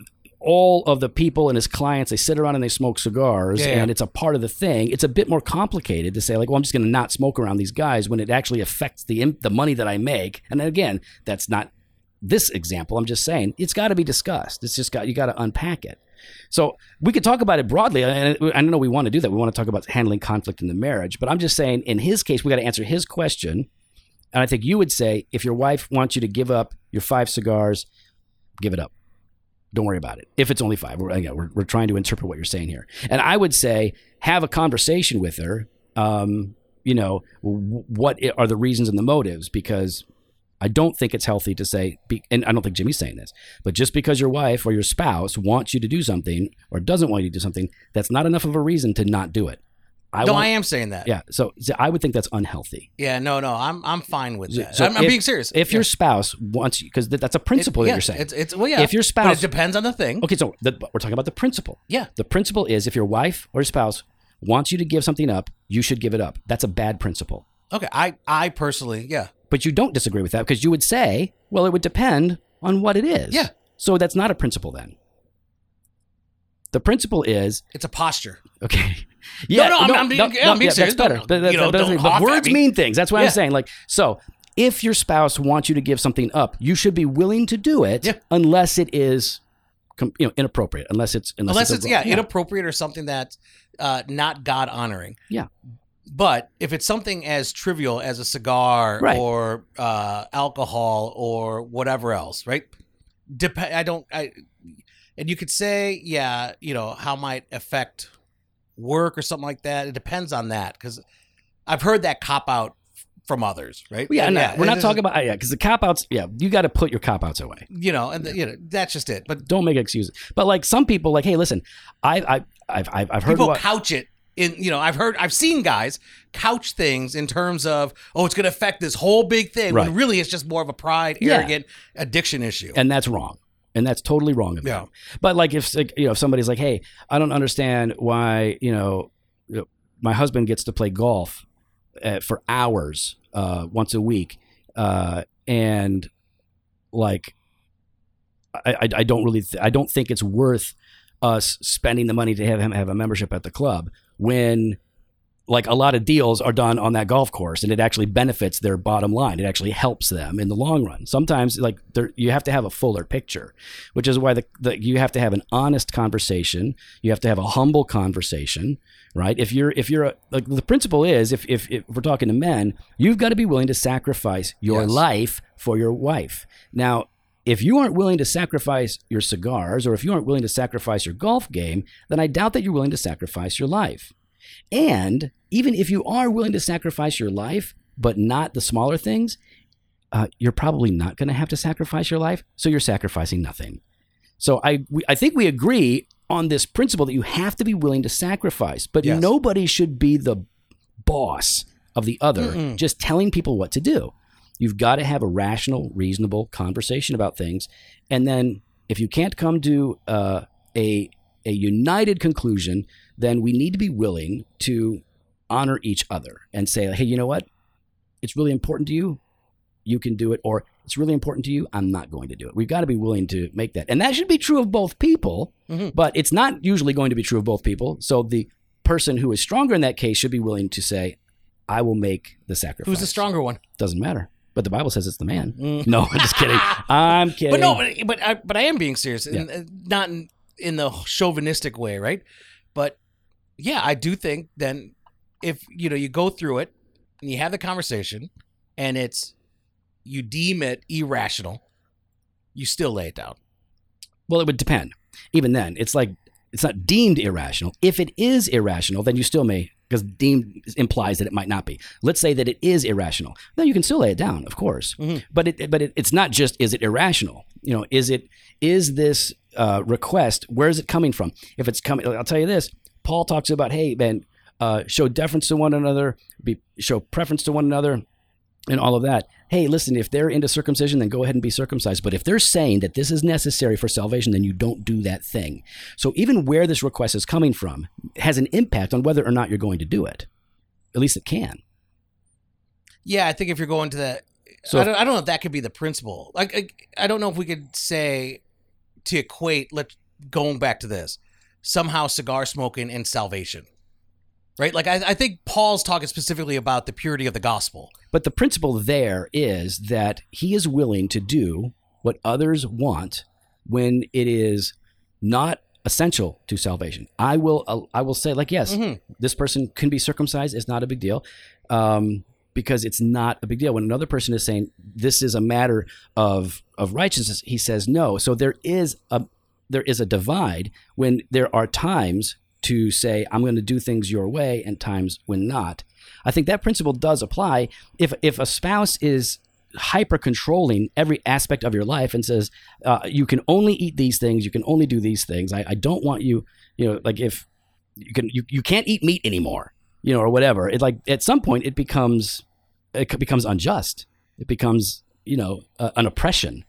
Speaker 1: all of the people and his clients, they sit around and they smoke cigars,
Speaker 2: Yeah, yeah.
Speaker 1: and it's a part of the thing. It's a bit more complicated to say like, well, I'm just going to not smoke around these guys when it actually affects the im- the money that I make. And again, that's not this example. I'm just saying it's got to be discussed. It's just got you got to unpack it. So we could talk about it broadly, and I don't know we want to do that. We want to talk about handling conflict in the marriage, but I'm just saying in his case, we got to answer his question. And I think you would say if your wife wants you to give up your five cigars, give it up. Don't worry about it. If it's only five, we're, again, we're, we're trying to interpret what you're saying here. And I would say have a conversation with her. Um, you know, w- what i- are the reasons and the motives? Because I don't think it's healthy to say, be, and I don't think Jimmy's saying this, but just because your wife or your spouse wants you to do something or doesn't want you to do something, that's not enough of a reason to not do it. I
Speaker 2: no,
Speaker 1: want,
Speaker 2: I am saying that.
Speaker 1: yeah. So, so I would think that's unhealthy.
Speaker 2: Yeah, no, no, I'm I'm fine with that.
Speaker 1: So
Speaker 2: I'm, I'm
Speaker 1: if-
Speaker 2: being serious.
Speaker 1: If
Speaker 2: Yeah.
Speaker 1: your spouse wants you, because that's a principle
Speaker 2: It-
Speaker 1: that
Speaker 2: yeah,
Speaker 1: you're saying.
Speaker 2: it's, it's well, yeah.
Speaker 1: If your
Speaker 2: but
Speaker 1: spouse-
Speaker 2: it depends on the thing.
Speaker 1: okay, so the, but we're talking about the principle.
Speaker 2: Yeah,
Speaker 1: The principle is if your wife or your spouse wants you to give something up, you should give it up. That's a bad principle.
Speaker 2: okay. I I personally, yeah,
Speaker 1: But you don't disagree with that because you would say, well, it would depend on what it is.
Speaker 2: Yeah.
Speaker 1: So that's not a principle then. The principle is
Speaker 2: it's a posture.
Speaker 1: Okay.
Speaker 2: no, I'm- I'm being- yeah, I'm being serious.
Speaker 1: That's better.
Speaker 2: Don't-
Speaker 1: But, that-
Speaker 2: you know,
Speaker 1: that doesn't-
Speaker 2: don't
Speaker 1: but
Speaker 2: cough at
Speaker 1: words
Speaker 2: me.
Speaker 1: mean things. That's what
Speaker 2: Yeah.
Speaker 1: I'm saying. Like, so if your spouse wants you to give something up, you should be willing to do it
Speaker 2: Yeah.
Speaker 1: unless it is, com- you know, inappropriate. Unless it's unless,
Speaker 2: Unless
Speaker 1: a
Speaker 2: it's
Speaker 1: wrong-
Speaker 2: yeah, inappropriate or something that's uh, not God honoring.
Speaker 1: Yeah.
Speaker 2: But if it's something as trivial as a cigar
Speaker 1: Right.
Speaker 2: or uh, alcohol or whatever else, right? Dep- I don't. I and you could say, yeah, you know, how might affect work or something like that. It depends on that because I've heard that cop out from others, right?
Speaker 1: yeah,
Speaker 2: And
Speaker 1: no, we're
Speaker 2: it
Speaker 1: not
Speaker 2: is-
Speaker 1: talking about yeah, because the cop outs. Yeah, you got to put your cop outs away.
Speaker 2: you know, and the, you know that's just it. But
Speaker 1: Don't make excuses. But like some people, like, hey, listen, I, I, I've, I've, I've heard
Speaker 2: people
Speaker 1: what.
Speaker 2: couch it in you know i've heard i've seen guys couch things in terms of oh it's going to affect this whole big thing when
Speaker 1: Right.
Speaker 2: really it's just more of a pride
Speaker 1: Yeah.
Speaker 2: arrogant addiction issue
Speaker 1: and that's wrong and that's totally wrong of
Speaker 2: Yeah.
Speaker 1: them. but like if like, you know if somebody's like hey i don't understand why you know you know, my husband gets to play golf uh, for hours uh, once a week uh, and like I, I, I don't really th- i don't think it's worth us spending the money to have him have a membership at the club when like a lot of deals are done on that golf course and it actually benefits their bottom line it actually helps them in the long run sometimes like there, you have to have a fuller picture which is why the, the you have to have an honest conversation you have to have a humble conversation right if you're if you're a, like the principle is if, if if we're talking to men you've got to be willing to sacrifice your
Speaker 2: Yes.
Speaker 1: life for your wife now if you aren't willing to sacrifice your cigars or if you aren't willing to sacrifice your golf game then i doubt that you're willing to sacrifice your life and even if you are willing to sacrifice your life, but not the smaller things, uh, you're probably not going to have to sacrifice your life. So you're sacrificing nothing. So I, we, I think we agree on this principle that you have to be willing to sacrifice, but
Speaker 2: Yes.
Speaker 1: nobody should be the boss of the other,
Speaker 2: Mm-mm.
Speaker 1: just telling people what to do. You've got to have a rational, reasonable conversation about things. And then if you can't come to uh, a, a united conclusion, then we need to be willing to honor each other and say, hey, you know what? It's really important to you. You can do it. Or it's really important to you. I'm not going to do it. We've got to be willing to make that. And that should be true of both people,
Speaker 2: Mhm.
Speaker 1: but it's not usually going to be true of both people. So the person who is stronger in that case should be willing to say, I will make the sacrifice.
Speaker 2: Who's the stronger one?
Speaker 1: Doesn't matter. But the Bible says it's the man.
Speaker 2: Mm.
Speaker 1: No, I'm just kidding. I'm kidding.
Speaker 2: But no, but but I, but I am being serious, and uh, not in, in the chauvinistic way, right? But yeah, I do think then if you know you go through it and you have the conversation, and it's you deem it irrational, you still lay it down.
Speaker 1: Well, it would depend. Even then, it's like it's not deemed irrational. If it is irrational, then you still may because deemed implies that it might not be. Let's say that it is irrational. Then you can still lay it down, of course.
Speaker 2: Mhm.
Speaker 1: But it, but it, it's not just is it irrational? You know, is it is this uh, request? Where is it coming from? If it's coming, I'll tell you this. Paul talks about hey man, uh, show deference to one another, be, show preference to one another and all of that. Hey, listen, if they're into circumcision, then go ahead and be circumcised. But if they're saying that this is necessary for salvation, then you don't do that thing. So even where this request is coming from has an impact on whether or not you're going to do it. At least it can.
Speaker 2: Yeah, I think if you're going to that,
Speaker 1: So-
Speaker 2: I, don't, I don't know if that could be the principle. Like, like, I don't know if we could say to equate. Let going back to this somehow cigar smoking and salvation, right? Like I, I think Paul's talking specifically about the purity of the gospel.
Speaker 1: But the principle there is that he is willing to do what others want when it is not essential to salvation. I will I will say like yes,
Speaker 2: Mhm.
Speaker 1: this person can be circumcised it's not a big deal um, because it's not a big deal when another person is saying this is a matter of of righteousness he says no so there is a there is a divide when there are times to say i'm going to do things your way and times when not i think that principle does apply if if a spouse is hyper controlling every aspect of your life and says uh, you can only eat these things you can only do these things I, I don't want you you know like if you can you, you can't eat meat anymore you know or whatever it like at some point it becomes it c- becomes unjust it becomes you know uh, an oppression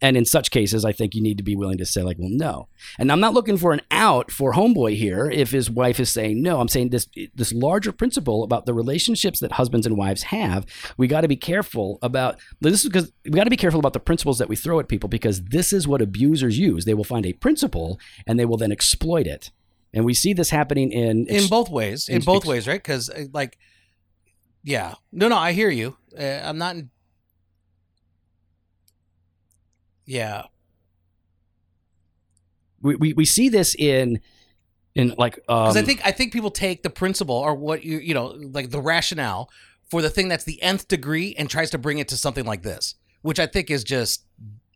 Speaker 1: and in such cases i think you need to be willing to say like well no and i'm not looking for an out for homeboy here if his wife is saying no i'm saying this this larger principle about the relationships that husbands and wives have we got to be careful about this is because we got to be careful about the principles that we throw at people because this is what abusers use they will find a principle and they will then exploit it and we see this happening in,
Speaker 2: in both ways in
Speaker 1: ex-
Speaker 2: both
Speaker 1: ex-
Speaker 2: ways right because like yeah no no i hear you uh, i'm not in, yeah
Speaker 1: we, we, we see this in in like um,
Speaker 2: because i think i think people take the principle or what you you know like the rationale for the thing that's the nth degree and tries to bring it to something like this which i think is just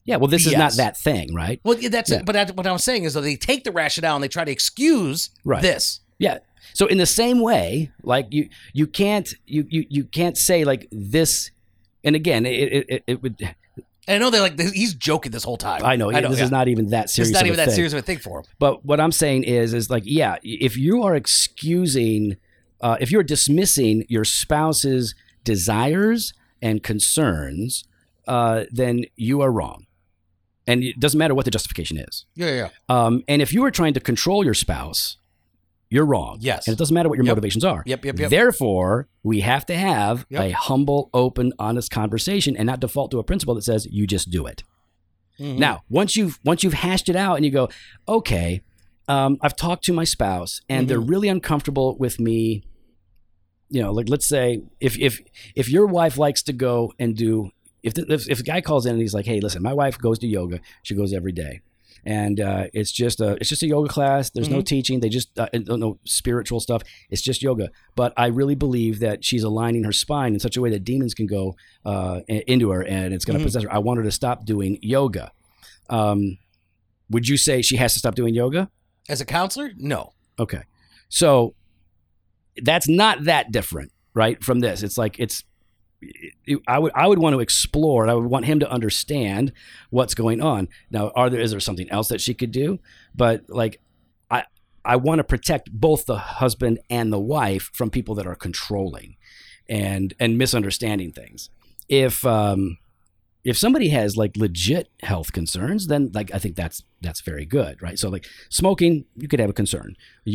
Speaker 1: yeah well this is not
Speaker 2: BS.
Speaker 1: that thing right
Speaker 2: well yeah, that's
Speaker 1: Yeah.
Speaker 2: it but that's what i'm saying is that they take the rationale and they try to excuse
Speaker 1: Right.
Speaker 2: this
Speaker 1: Yeah. So in the same way, like you, you can't, you, you, you can't say like this. And again, it, it, it, it would.
Speaker 2: and i know they're like he's joking this whole time
Speaker 1: I know, this
Speaker 2: yeah.
Speaker 1: is not even that serious.
Speaker 2: it's not
Speaker 1: of a
Speaker 2: even that
Speaker 1: thing.
Speaker 2: serious of a thing for him
Speaker 1: But what I'm saying is, is like, yeah, if you are excusing, uh, if you're dismissing your spouse's desires and concerns, uh, then you are wrong. And it doesn't matter what the justification is.
Speaker 2: yeah yeah
Speaker 1: Um, and if you are trying to control your spouse, you're wrong.
Speaker 2: Yes.
Speaker 1: And it doesn't matter what your
Speaker 2: Yep.
Speaker 1: motivations are.
Speaker 2: yep yep yep
Speaker 1: Therefore, we have to have
Speaker 2: Yep.
Speaker 1: a humble, open, honest conversation and not default to a principle that says you just do it.
Speaker 2: Mhm.
Speaker 1: Now, once you've once you've hashed it out and you go,
Speaker 2: Mm-hmm.
Speaker 1: okay, um, I've talked to my spouse and they're really uncomfortable with me you know, like let's say if if if your wife likes to go and do if the, if, if a guy calls in and he's like, hey, listen, my wife goes to yoga. She goes every day, and uh, it's just a it's just a yoga class. There's no
Speaker 2: Mhm.
Speaker 1: teaching. They just uh, no, no spiritual stuff. It's just yoga. But I really believe that she's aligning her spine in such a way that demons can go uh, i- into her and it's going to
Speaker 2: Mhm.
Speaker 1: possess her. I want her to stop doing yoga. Um, would you say she has to stop doing yoga?
Speaker 2: As a counselor, no.
Speaker 1: Okay. So that's not that different, right? From this. It's like it's it- I would I would want to explore and I would want him to understand what's going on. Now, are there is there something else that she could do? But like I I want to protect both the husband and the wife from people that are controlling and and misunderstanding things. If um if somebody has like legit health concerns, then like I think that's that's very good, right? So like smoking, you could have a concern.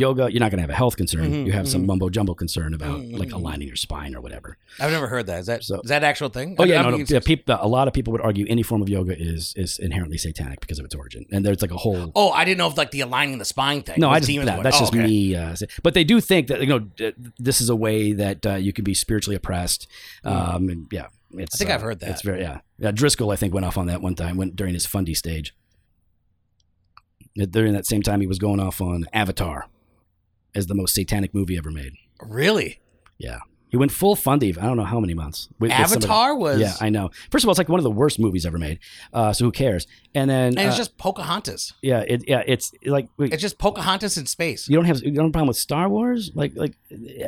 Speaker 1: Yoga, you're not going to have a health concern.
Speaker 2: Mhm,
Speaker 1: you have some
Speaker 2: mhm.
Speaker 1: mumbo jumbo concern about
Speaker 2: Mhm,
Speaker 1: like
Speaker 2: mhm.
Speaker 1: aligning your spine or whatever.
Speaker 2: I've never heard that. Is that is
Speaker 1: So-
Speaker 2: that actual thing?
Speaker 1: Oh
Speaker 2: I-
Speaker 1: yeah,
Speaker 2: I'm
Speaker 1: no, no,
Speaker 2: confused.
Speaker 1: yeah, peop- a lot of people would argue any form of yoga is is inherently satanic because of its origin, and there's like a whole.
Speaker 2: Oh, I didn't know if like the aligning the spine thing.
Speaker 1: no,
Speaker 2: was
Speaker 1: I just
Speaker 2: demons
Speaker 1: that,
Speaker 2: would-
Speaker 1: that's
Speaker 2: oh,
Speaker 1: just
Speaker 2: okay.
Speaker 1: me. Uh, say- but they do think that you know d- this is a way that uh, you can be spiritually oppressed. Um, and yeah, it's,
Speaker 2: Hmm. I think
Speaker 1: uh,
Speaker 2: I've heard that.
Speaker 1: It's very yeah. yeah. Driscoll I think went off on that one time when during his Fundy stage. Uh, During that same time, he was going off on Avatar as the most satanic movie ever made.
Speaker 2: Really?
Speaker 1: He went full Fundy. I don't know how many months. with- with somebody-
Speaker 2: Avatar was
Speaker 1: Yeah, I know. First of all, it's like one of the worst movies ever made. Uh, so who cares? And then
Speaker 2: and
Speaker 1: uh,
Speaker 2: it's just Pocahontas.
Speaker 1: yeah, it, yeah, it's like wait,
Speaker 2: It's just Pocahontas in space.
Speaker 1: you don't have you don't have a problem with Star Wars. Like like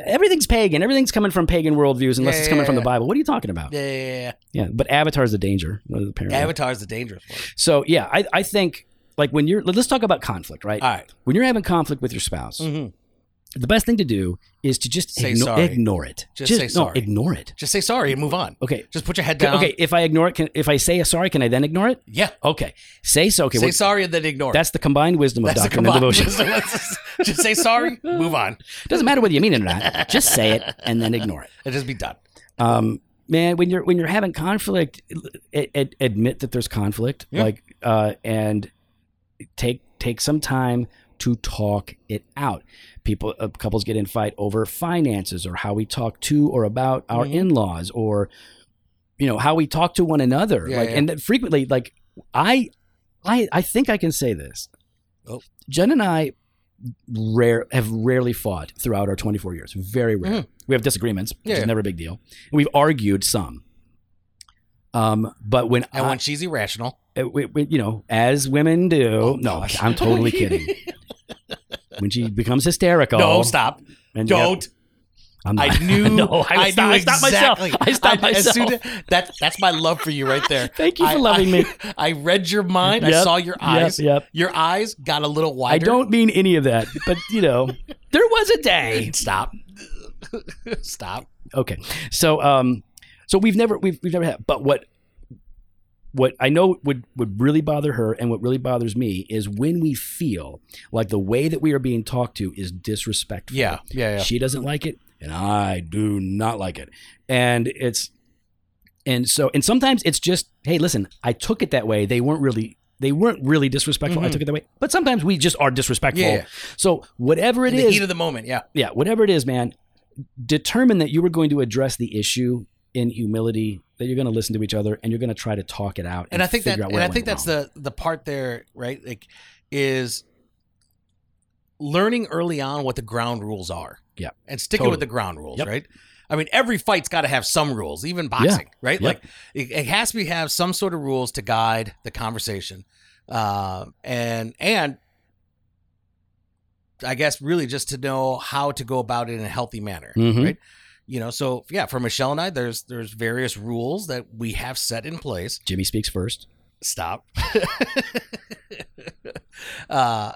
Speaker 1: everything's pagan. Everything's coming from pagan worldviews unless
Speaker 2: Yeah,
Speaker 1: it's coming
Speaker 2: yeah,
Speaker 1: from the
Speaker 2: yeah.
Speaker 1: Bible. What are you talking about?
Speaker 2: Yeah, yeah,
Speaker 1: Yeah, but Avatar's the danger. Apparently.
Speaker 2: yeah. Avatar's the dangerous one.
Speaker 1: so yeah, I I think like when you're let's talk about conflict, right?
Speaker 2: All right.
Speaker 1: when you're having conflict with your spouse,
Speaker 2: Mhm.
Speaker 1: the best thing to do is to just
Speaker 2: Say
Speaker 1: igno-
Speaker 2: sorry.
Speaker 1: ignore it.
Speaker 2: Just say
Speaker 1: no,
Speaker 2: sorry.
Speaker 1: ignore it.
Speaker 2: Just say sorry and move on.
Speaker 1: Okay.
Speaker 2: Just put your head
Speaker 1: C-
Speaker 2: down.
Speaker 1: Okay, if I ignore it, can, if I say a sorry, can I then ignore it?
Speaker 2: Yeah.
Speaker 1: Okay, say so. Okay,
Speaker 2: say
Speaker 1: we're-
Speaker 2: sorry and then ignore. it.
Speaker 1: That's the combined wisdom of
Speaker 2: That's the
Speaker 1: doctrine and
Speaker 2: combined
Speaker 1: devotion.
Speaker 2: wisdom. Let's just, just say sorry, move on,
Speaker 1: Doesn't matter whether you mean it or not. Just say it and then ignore it.
Speaker 2: and just be done.
Speaker 1: Um, man, when you're when you're having conflict, it, it, admit that there's conflict,
Speaker 2: Yeah.
Speaker 1: like, uh, and take take some time to talk it out. People, uh, couples get in fight over finances or how we talk to or about our
Speaker 2: Mhm.
Speaker 1: in-laws or, you know, how we talk to one another.
Speaker 2: Yeah,
Speaker 1: like,
Speaker 2: yeah.
Speaker 1: and that frequently, like, I, I, I think I can say this.
Speaker 2: Oh.
Speaker 1: Jen and I rare have rarely fought throughout our 24 years. Very rare.
Speaker 2: Mhm.
Speaker 1: We have disagreements, which
Speaker 2: Yeah,
Speaker 1: is
Speaker 2: yeah.
Speaker 1: never a big deal. We've argued some. Um, but when
Speaker 2: And
Speaker 1: I,
Speaker 2: when she's irrational,
Speaker 1: uh, we, we- you know, as women do, no,
Speaker 2: Oh, gosh.
Speaker 1: I'm totally kidding. when she becomes hysterical,
Speaker 2: don't stop,
Speaker 1: and- yeah,
Speaker 2: don't.
Speaker 1: I'm
Speaker 2: I
Speaker 1: not-
Speaker 2: knew.
Speaker 1: No, I
Speaker 2: I,
Speaker 1: stopped-
Speaker 2: knew
Speaker 1: I stopped
Speaker 2: exactly.
Speaker 1: myself. I stopped
Speaker 2: as
Speaker 1: myself.
Speaker 2: soon as- that, that's my love for you right there.
Speaker 1: Thank you for
Speaker 2: I-
Speaker 1: loving
Speaker 2: I-
Speaker 1: me.
Speaker 2: I read your mind. I
Speaker 1: Yep,
Speaker 2: saw your eyes.
Speaker 1: Yep, yep.
Speaker 2: Your eyes got a little
Speaker 1: I
Speaker 2: wider.
Speaker 1: don't mean any of that, but you know, there was a day.
Speaker 2: stop. stop.
Speaker 1: Okay. So um so we've never we've we've never had but what what I know would would really bother her and what really bothers me is when we feel like the way that we are being talked to is disrespectful.
Speaker 2: Yeah, yeah, yeah.
Speaker 1: She doesn't like it and I do not like it. And it's and so and sometimes it's just hey listen, I took it that way. They weren't really they weren't really disrespectful. I
Speaker 2: Mhm.
Speaker 1: took it that way. But sometimes we just are disrespectful.
Speaker 2: Yeah, yeah.
Speaker 1: So whatever it
Speaker 2: In
Speaker 1: is
Speaker 2: the heat of the moment. Yeah.
Speaker 1: yeah, whatever it is, man, determine that you were going to address the issue in humility, that you're going to listen to each other and you're going to try to talk it out.
Speaker 2: and I think that
Speaker 1: figure out
Speaker 2: and
Speaker 1: where
Speaker 2: I
Speaker 1: it
Speaker 2: think
Speaker 1: went
Speaker 2: that's
Speaker 1: wrong.
Speaker 2: the the part there, right? Like is learning early on what the ground rules are.
Speaker 1: Yeah.
Speaker 2: And sticking
Speaker 1: Totally.
Speaker 2: with the ground rules,
Speaker 1: Yep.
Speaker 2: right? I mean, every fight's got to have some rules, even boxing, right?
Speaker 1: Yep.
Speaker 2: Like it, it has to be have some sort of rules to guide the conversation. Uh, and and I guess really just to know how to go about it in a healthy manner,
Speaker 1: Mhm.
Speaker 2: right? You know, so yeah, for Michelle and I, there's there's various rules that we have set in place
Speaker 1: Jimmy speaks first.
Speaker 2: stop uh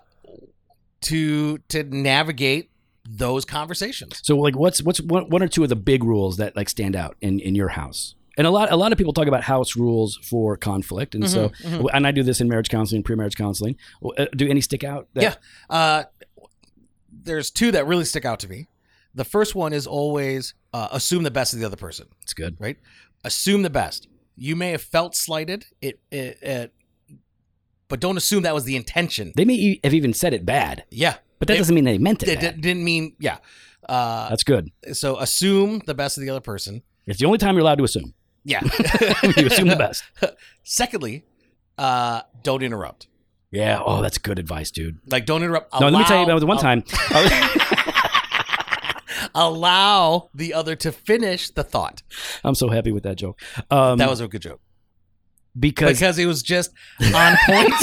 Speaker 2: to to navigate those conversations
Speaker 1: So like what's what's one, one or two of the big rules that like stand out in in your house? And a lot a lot of people talk about house rules for conflict and so
Speaker 2: Mm-hmm.
Speaker 1: and I do this in marriage counseling, pre-marriage counseling. Well, uh, Do any stick out? that-
Speaker 2: Yeah. uh there's two that really stick out to me the first one is always uh, assume the best of the other person
Speaker 1: It's good.
Speaker 2: assume the best you may have felt slighted it, it, it but don't assume that was the intention
Speaker 1: They may e- have even said it bad.
Speaker 2: yeah
Speaker 1: But that
Speaker 2: It-
Speaker 1: doesn't mean they meant it.
Speaker 2: That
Speaker 1: bad.
Speaker 2: di- didn't mean yeah. Uh,
Speaker 1: That's good.
Speaker 2: so assume the best of the other person.
Speaker 1: It's the only time you're allowed to assume.
Speaker 2: Yeah.
Speaker 1: you assume the best.
Speaker 2: Secondly, uh, don't interrupt.
Speaker 1: Yeah. Oh, that's good advice, dude.
Speaker 2: Like don't interrupt.
Speaker 1: No, let me tell you
Speaker 2: Allow-
Speaker 1: about the one time. I was-
Speaker 2: allow the other to finish the thought.
Speaker 1: I'm so happy with that joke. Um,
Speaker 2: that was a good joke
Speaker 1: because
Speaker 2: because it was just on point.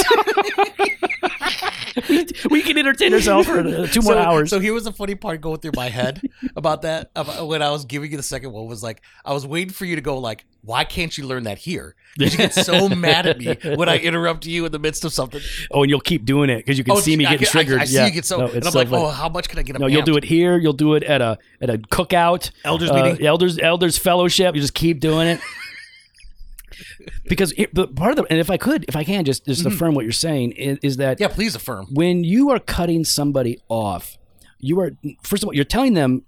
Speaker 1: we can entertain ourselves for uh, two more
Speaker 2: so,
Speaker 1: hours.
Speaker 2: So here was the funny part going through my head about that. About when I was giving you the second one was like I was waiting for you to go like, why can't you learn that here? 'Cause you get so mad at me when I interrupt you in the midst of something. Oh,
Speaker 1: oh, and you'll keep doing it because you can see me
Speaker 2: I
Speaker 1: getting
Speaker 2: get- I-
Speaker 1: triggered.
Speaker 2: I, see
Speaker 1: yeah.
Speaker 2: you get so,
Speaker 1: No,
Speaker 2: and I'm
Speaker 1: it's
Speaker 2: like,
Speaker 1: fun.
Speaker 2: oh, how much can I get?
Speaker 1: No, you'll do it here. You'll do it at a at a cookout,
Speaker 2: Elders
Speaker 1: uh,
Speaker 2: meeting.
Speaker 1: elders elders fellowship. You just keep doing it. because it, but part of the and if I could, if I can, just just affirm what you're saying is, is that
Speaker 2: Mm-hmm. Yeah, please affirm.
Speaker 1: when you are cutting somebody off, you are first of all you're telling them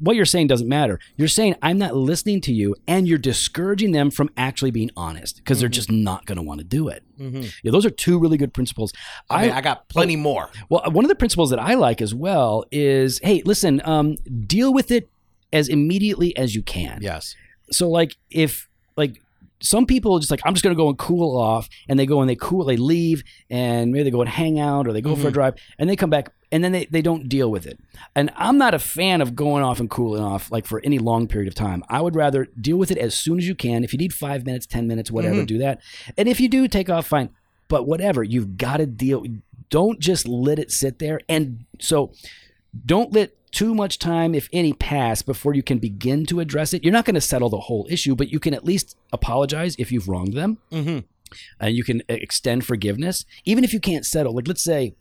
Speaker 1: what you're saying doesn't matter. You're saying I'm not listening to you, and you're discouraging them from actually being honest because
Speaker 2: Mm-hmm.
Speaker 1: they're just not going to want to do it. Yeah, those are two really good principles.
Speaker 2: I, mean, I got plenty more.
Speaker 1: Well, one of the principles that I like as well is, hey, listen, um, deal with it as immediately as you can.
Speaker 2: Yes.
Speaker 1: So, like, if like some people are just like, I'm just going to go and cool off, and they go and they cool, they leave, and maybe they go and hang out or they go for a drive, and they come back, and then they they don't deal with it. And I'm not a fan of going off and cooling off like for any long period of time. I would rather deal with it as soon as you can. If you need five minutes, ten minutes, whatever, do that. And if you do take off, fine. But whatever, you've got to deal. Don't just let it sit there. And so don't let too much time, if any, pass before you can begin to address it. You're not going to settle the whole issue, but you can at least apologize if you've wronged them
Speaker 2: Mm-hmm.
Speaker 1: and you can uh, extend forgiveness even if you can't settle like let's say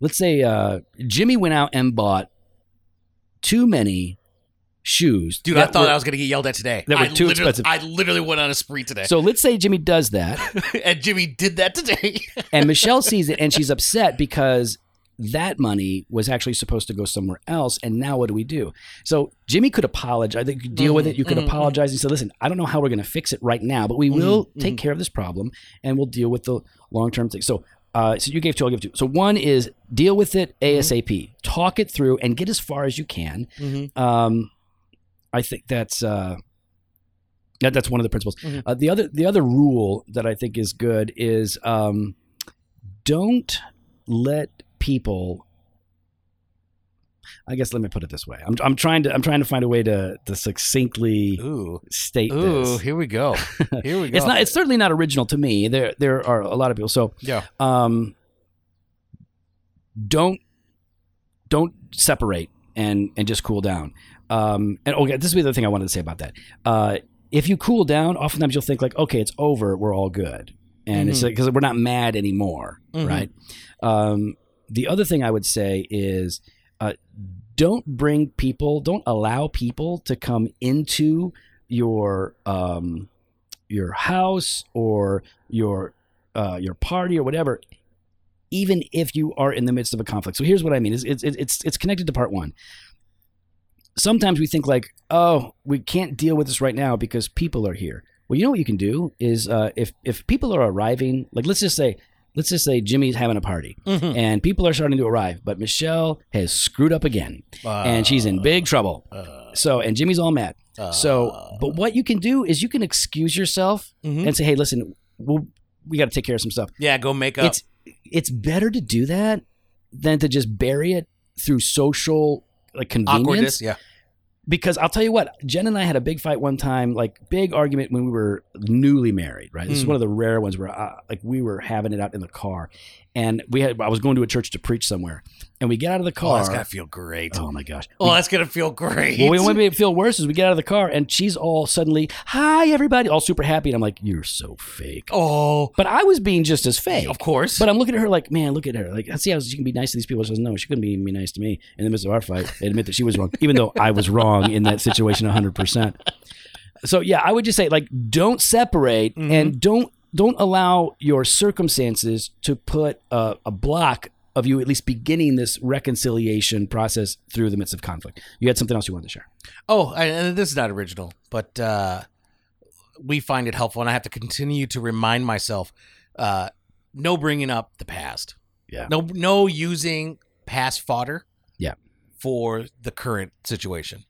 Speaker 1: let's say uh, jimmy went out and bought too many shoes
Speaker 2: Dude, I
Speaker 1: that
Speaker 2: thought
Speaker 1: were-
Speaker 2: I was going to get yelled at today.
Speaker 1: that were
Speaker 2: I
Speaker 1: too
Speaker 2: literally-
Speaker 1: expensive.
Speaker 2: I literally went on a spree today.
Speaker 1: so let's say jimmy does that
Speaker 2: and Jimmy did that today.
Speaker 1: and michelle sees it and she's upset because that money was actually supposed to go somewhere else and now what do we do so jimmy could apologize they could deal with it you could
Speaker 2: Mhm, mhm,
Speaker 1: apologize and say listen i don't know how we're going to fix it right now but we
Speaker 2: Mhm,
Speaker 1: will take
Speaker 2: mhm.
Speaker 1: care of this problem and we'll deal with the long-term thing so uh, so you gave two i'll give two so one is deal with it asap talk it through and get as far as you can um, I think that's uh, that, that's one of the principles.
Speaker 2: Mhm.
Speaker 1: Uh, the other the other rule that I think is good is um, don't let people. I guess let me put it this way. I'm, I'm trying to I'm trying to find a way to to succinctly
Speaker 2: Ooh.
Speaker 1: state
Speaker 2: Ooh,
Speaker 1: this.
Speaker 2: here we go. Here we go.
Speaker 1: It's not it's certainly not original to me. There there are a lot of people. So
Speaker 2: yeah.
Speaker 1: um, don't don't separate and and just cool down. Um, and okay, this is the other thing I wanted to say about that. Uh, if you cool down, oftentimes you'll think like, okay, it's over, we're all good, and it's because we're not mad anymore,
Speaker 2: Mhm.
Speaker 1: right? Um, the other thing I would say is. Uh, don't bring people. Don't allow people to come into your um, your house or your uh, your party or whatever, even if you are in the midst of a conflict. So here's what I mean: is it's it's it's connected to part one. Sometimes we think like, oh, we can't deal with this right now because people are here. Well, you know what you can do is uh, if if people are arriving, like let's just say. Let's just say Jimmy's having a party
Speaker 2: Mhm.
Speaker 1: and people are starting to arrive, but Michelle has screwed up again and she's in big trouble.
Speaker 2: Uh,
Speaker 1: So, and Jimmy's all mad.
Speaker 2: uh,
Speaker 1: So, but what you can do is you can excuse yourself
Speaker 2: Mhm.
Speaker 1: and say, "Hey, listen, we'll, we got to take care of some stuff."
Speaker 2: yeah, go make up.
Speaker 1: It's it's better to do that than to just bury it through social like convenience.
Speaker 2: awkwardness. Yeah.
Speaker 1: Because I'll tell you what, Jen and I had a big fight one time, like big argument when we were newly married. Right, this is
Speaker 2: Mm.
Speaker 1: one of the rare ones where uh, like we were having it out in the car, and we had I was going to a church to preach somewhere, and we get out of the
Speaker 2: Oh,
Speaker 1: car.
Speaker 2: that's gonna feel great.
Speaker 1: oh my gosh.
Speaker 2: Oh, that's gonna feel great.
Speaker 1: Well, we only made it feel worse as we get out of the car, and she's all suddenly, "Hi, everybody!" All super happy, and I'm like, "You're so fake."
Speaker 2: oh,
Speaker 1: But I was being just as fake.
Speaker 2: of course.
Speaker 1: But I'm looking at her like, man, look at her. Like, see how she can be nice to these people. She says, no, she couldn't be, be nice to me. In the midst of our fight, I admit that she was wrong, even though I was wrong in that situation 100%. So, yeah, I would just say, like, don't separate
Speaker 2: Mhm.
Speaker 1: and don't don't allow your circumstances to put a, a block of you at least beginning this reconciliation process through the midst of conflict. You had something else you wanted to share.
Speaker 2: oh, and- and this is not original, but uh, we find it helpful, and I have to continue to remind myself: uh, no bringing up the past.
Speaker 1: Yeah.
Speaker 2: No, no using past fodder.
Speaker 1: Yeah.
Speaker 2: For the current situation.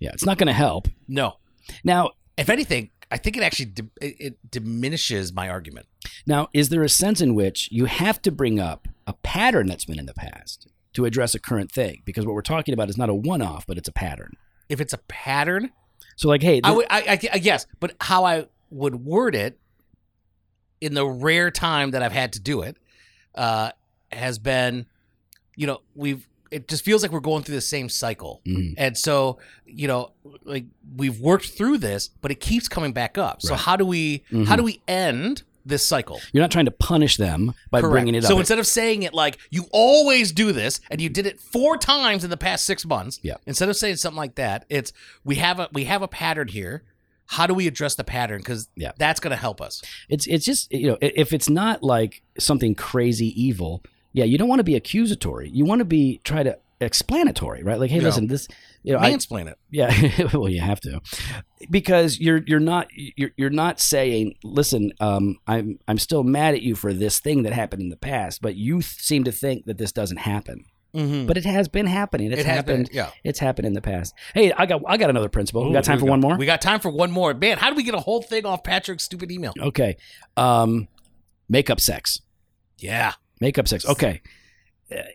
Speaker 1: Yeah, it's not going to help.
Speaker 2: No.
Speaker 1: Now,
Speaker 2: If anything, I think it actually di- it, it diminishes my argument.
Speaker 1: now is there a sense in which you have to bring up a pattern that's been in the past to address a current thing? Because what we're talking about is not a one-off, but it's a pattern.
Speaker 2: If it's a pattern,
Speaker 1: So like, hey,
Speaker 2: I
Speaker 1: th-
Speaker 2: would I, I, I yes, but how I would word it in the rare time that I've had to do it uh, has been, you know, we've it just feels like we're going through the same cycle.
Speaker 1: Mhm.
Speaker 2: And so, you know, like we've worked through this, but it keeps coming back up. So
Speaker 1: Right.
Speaker 2: how do we how do we end this cycle?
Speaker 1: you're not trying to punish them by
Speaker 2: Correct.
Speaker 1: bringing it up.
Speaker 2: So instead of saying it like you always do this and you did it four times in the past six months,
Speaker 1: Yeah.
Speaker 2: Instead of saying something like that, it's we have a we have a pattern here. How do we address the pattern? Because
Speaker 1: Yeah.
Speaker 2: that's going to help us.
Speaker 1: it's it's just you know i- if it's not like something crazy evil, yeah, you don't want to be accusatory. You want to be try to explanatory, right? Like, hey,
Speaker 2: No.
Speaker 1: listen, this you know, I,
Speaker 2: Mansplain it.
Speaker 1: Yeah, well, you have to, because you're you're not you're you're not saying, listen, um, I'm I'm still mad at you for this thing that happened in the past, but you th- seem to think that this doesn't happen,
Speaker 2: Mm-hmm.
Speaker 1: but it has been happening. It's
Speaker 2: it has
Speaker 1: happened.
Speaker 2: been. Yeah.
Speaker 1: It's happened in the past. Hey, I got I got another principle. we
Speaker 2: Ooh,
Speaker 1: got time
Speaker 2: here
Speaker 1: for one more.
Speaker 2: We got time for one more. Man, how do we get a whole thing off Patrick's stupid email?
Speaker 1: okay, um, makeup sex,
Speaker 2: Yeah.
Speaker 1: makeup sex. Okay,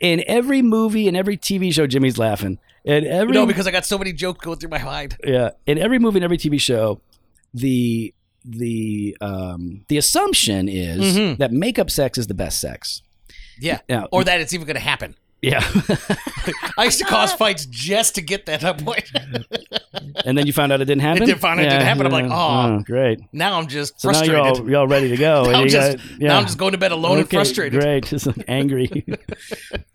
Speaker 1: in every movie and every TV show, Jimmy's laughing. In every
Speaker 2: No, because I got so many jokes going through my mind.
Speaker 1: yeah in every movie and every tv show the the um the assumption is
Speaker 2: Mhm.
Speaker 1: that makeup sex is the best sex
Speaker 2: Yeah.
Speaker 1: now,
Speaker 2: Or that it's even going to happen.
Speaker 1: yeah
Speaker 2: I used to cause fights just to get that up point.
Speaker 1: and then you found out it didn't happen Oh,
Speaker 2: did find out it didn't happen. I'm like, "Aw."
Speaker 1: great
Speaker 2: now I'm just
Speaker 1: so now
Speaker 2: frustrated.
Speaker 1: you're all, you're all ready to go
Speaker 2: Now
Speaker 1: And
Speaker 2: I'm
Speaker 1: you
Speaker 2: just-
Speaker 1: got-
Speaker 2: Now I'm just going to bed alone and
Speaker 1: Okay,
Speaker 2: frustrated.
Speaker 1: Great, just like angry.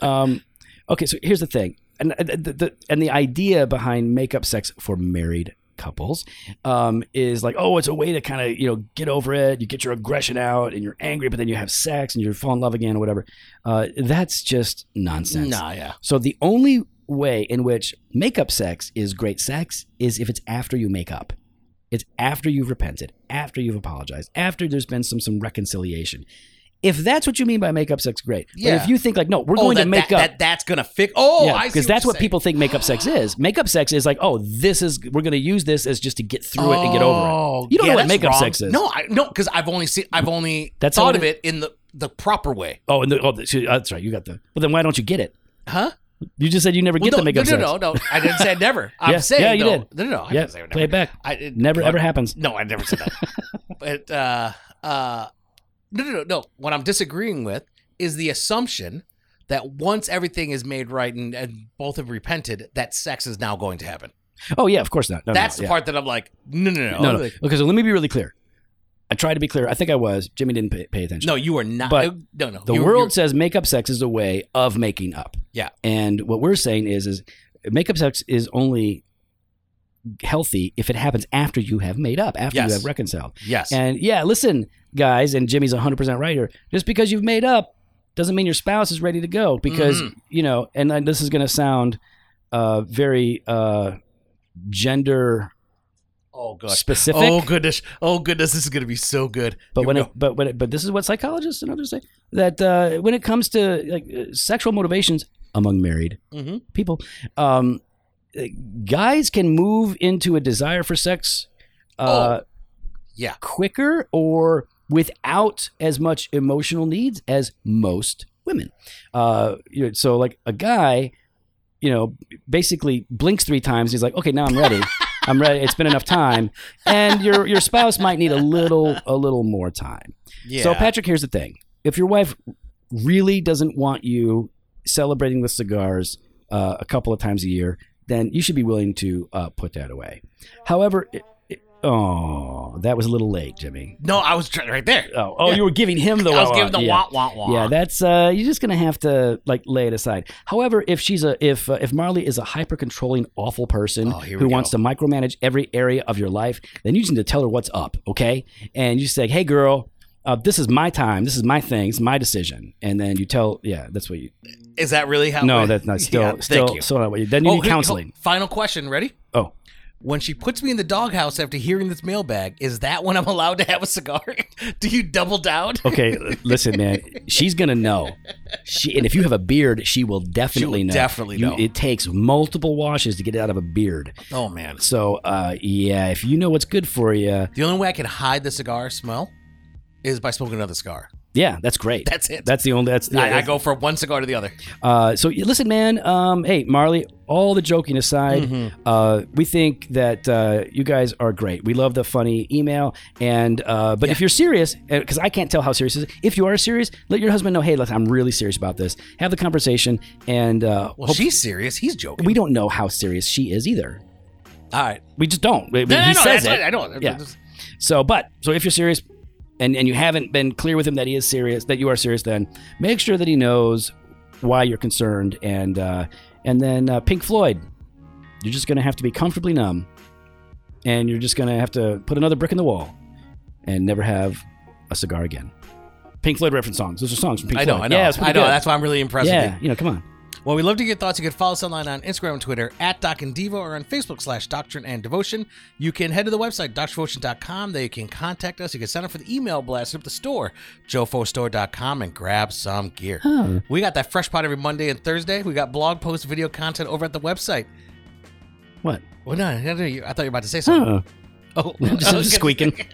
Speaker 1: um, okay, so here's the thing, and uh, the, the and the idea behind makeup sex for married couples um, is like, oh, it's a way to kind of you know get over it. You get your aggression out, and you're angry, but then you have sex, and you fall in love again, or whatever. Uh, that's just nonsense.
Speaker 2: Nah, yeah.
Speaker 1: So the only way in which makeup sex is great sex is if it's after you make up. It's after you've repented, after you've apologized, after there's been some some reconciliation. If that's what you mean by makeup sex, great. But
Speaker 2: Yeah. Oh,
Speaker 1: if you think like, no, we're going
Speaker 2: that,
Speaker 1: to make
Speaker 2: that,
Speaker 1: up.
Speaker 2: That, that's gonna fix. Oh, I see.
Speaker 1: because that's
Speaker 2: you're
Speaker 1: what
Speaker 2: saying.
Speaker 1: people think makeup sex is. Makeup sex is like, oh, this is we're going to use this as just to get through it and get over it.
Speaker 2: Oh,
Speaker 1: You don't know
Speaker 2: yeah,
Speaker 1: what
Speaker 2: that's
Speaker 1: makeup
Speaker 2: wrong.
Speaker 1: sex is.
Speaker 2: No, I, no, because I've only seen. I've only
Speaker 1: That's
Speaker 2: thought
Speaker 1: how it
Speaker 2: of it in the the proper way.
Speaker 1: Oh, and the, oh, the- that's right. You got the. Well, then why don't you get it?
Speaker 2: Huh?
Speaker 1: You just said you never
Speaker 2: Well,
Speaker 1: get
Speaker 2: no,
Speaker 1: the makeup
Speaker 2: no,
Speaker 1: sex.
Speaker 2: no, no, no. I didn't say never. I'm
Speaker 1: Yeah,
Speaker 2: saying
Speaker 1: yeah, you
Speaker 2: no.
Speaker 1: did.
Speaker 2: No, no, no. I
Speaker 1: Yeah,
Speaker 2: didn't say
Speaker 1: play
Speaker 2: never.
Speaker 1: it back.
Speaker 2: I, it-
Speaker 1: Never
Speaker 2: but-
Speaker 1: ever happens.
Speaker 2: No, I never said that. but uh, uh, no, no, no, no. What I'm disagreeing with is the assumption that once everything is made right and, and both have repented, that sex is now going to happen.
Speaker 1: Oh yeah, of course not. No, no, no,
Speaker 2: That's the
Speaker 1: yeah.
Speaker 2: part that I'm like, no, no, no,
Speaker 1: no, no.
Speaker 2: Like,
Speaker 1: Okay, so let me be really clear. I tried to be clear. I think I was. Jimmy didn't pay, pay attention.
Speaker 2: no, you are not. Oh,
Speaker 1: But
Speaker 2: no, no,
Speaker 1: the
Speaker 2: you're-
Speaker 1: world says makeup sex is a way of making up.
Speaker 2: Yeah.
Speaker 1: And what we're saying is, is makeup sex is only healthy if it happens after you have made up, after
Speaker 2: Yes.
Speaker 1: you have reconciled.
Speaker 2: you're- yes,
Speaker 1: And yeah, listen, guys, and Jimmy's 100% right here. Just because you've made up doesn't mean your spouse is ready to go because,
Speaker 2: Mhm.
Speaker 1: you know, and then this is going to sound uh, very uh, gender
Speaker 2: oh gosh,
Speaker 1: specific.
Speaker 2: oh goodness, oh goodness, this is gonna be so good.
Speaker 1: But
Speaker 2: Here
Speaker 1: when
Speaker 2: we
Speaker 1: it, but when it, but this is what psychologists and others say that uh, when it comes to like uh, sexual motivations among married
Speaker 2: go. Mhm.
Speaker 1: people, um, uh, guys can move into a desire for sex, uh,
Speaker 2: yeah.
Speaker 1: quicker or without as much emotional needs as most women. Uh, you know, so like a guy, you know, basically blinks three times. He's like, okay, now I'm ready. I'm ready. It's been enough time, and your your spouse might need a little a little more time.
Speaker 2: yeah,
Speaker 1: So, Patrick, here's the thing: if your wife really doesn't want you celebrating with cigars uh, a couple of times a year, then you should be willing to uh, put that away. However, it, it, oh, that was a little late, Jimmy.
Speaker 2: no, I was trying right there.
Speaker 1: Oh, oh, you were giving him the.
Speaker 2: I was
Speaker 1: wah-wah.
Speaker 2: giving the
Speaker 1: yeah.
Speaker 2: want, want, want.
Speaker 1: Yeah, that's uh, you're just gonna have to like lay it aside. However, if she's a if uh, if Marley is a hyper controlling awful person
Speaker 2: Oh, here we
Speaker 1: who wants
Speaker 2: go.
Speaker 1: to micromanage every area of your life, then you just need to tell her what's up, okay? And you say, "Hey, girl, uh, this is my time. This is my thing. It's my decision." And then you tell, yeah, that's what you.
Speaker 2: Is that really how?
Speaker 1: No, that's not still
Speaker 2: Yeah,
Speaker 1: still
Speaker 2: thank you.
Speaker 1: still not what you. Then you
Speaker 2: Oh,
Speaker 1: need
Speaker 2: here-
Speaker 1: counseling.
Speaker 2: Final question. Ready?
Speaker 1: Oh,
Speaker 2: when she puts me in the doghouse after hearing this mailbag, is that when I'm allowed to have a cigar? Do you double down?
Speaker 1: Okay, l- listen, man. She's gonna know. She and if you have a beard, she will definitely know.
Speaker 2: definitely
Speaker 1: You-
Speaker 2: know.
Speaker 1: It takes multiple washes to get it out of a beard.
Speaker 2: Oh man.
Speaker 1: So, uh, yeah, if you know what's good for you,
Speaker 2: The only way I can hide the cigar smell is by smoking another cigar.
Speaker 1: yeah, that's great.
Speaker 2: That's it.
Speaker 1: That's the only. That's yeah,
Speaker 2: I, I
Speaker 1: that's-
Speaker 2: go from one cigar to the other.
Speaker 1: Uh, so y- listen, man. Um, hey, Marley. All the joking aside,
Speaker 2: Mm-hmm.
Speaker 1: uh, we think that uh, you guys are great. We love the funny email, and uh, but if you're serious, because I can't tell how serious it is. If you are serious, let your husband know. Hey, listen, I'm really serious about this. Have the conversation, and uh,
Speaker 2: Well, she's serious. He's joking.
Speaker 1: we don't know how serious she is either.
Speaker 2: All right.
Speaker 1: We just don't. We-
Speaker 2: No, no,
Speaker 1: he
Speaker 2: no,
Speaker 1: says
Speaker 2: that's
Speaker 1: it.
Speaker 2: right. I know.
Speaker 1: Yeah. So, but so if you're serious, and and you haven't been clear with him that he is serious, that you are serious, then make sure that he knows why you're concerned, and uh, and then uh, Pink Floyd, you're just gonna have to be comfortably numb, and you're just gonna have to put another brick in the wall, and never have a cigar again. Pink Floyd reference songs. Those are songs from Pink
Speaker 2: I know.
Speaker 1: Floyd.
Speaker 2: I know.
Speaker 1: Yeah, it's
Speaker 2: I
Speaker 1: pretty
Speaker 2: know.
Speaker 1: good.
Speaker 2: That's why I'm really impressed with you.
Speaker 1: yeah, you know, come on.
Speaker 2: Well, we love to get your thoughts. You can follow us online on Instagram and Twitter at Doc and Devo or on Facebook slash Doctrine and Devotion. You can head to the website, doctrinedevotion.com. There you can contact us. You can sign up for the email blast hit up the store, jofostore.com, and grab some gear.
Speaker 1: Huh.
Speaker 2: We got that fresh pot every Monday and Thursday. We got blog posts, video content over at the website.
Speaker 1: What?
Speaker 2: Well, no, no, no, you- I thought you were about to say something.
Speaker 1: Huh.
Speaker 2: Oh,
Speaker 1: I'm just, I'm just squeaking.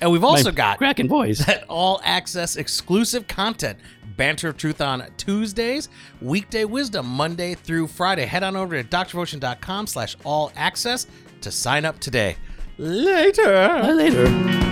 Speaker 2: and we've
Speaker 1: My
Speaker 2: also got
Speaker 1: cracking voice.
Speaker 2: that all access exclusive content banter of truth on tuesdays weekday wisdom monday through friday head on over to drvotion.com slash all access to sign up today later
Speaker 1: Later.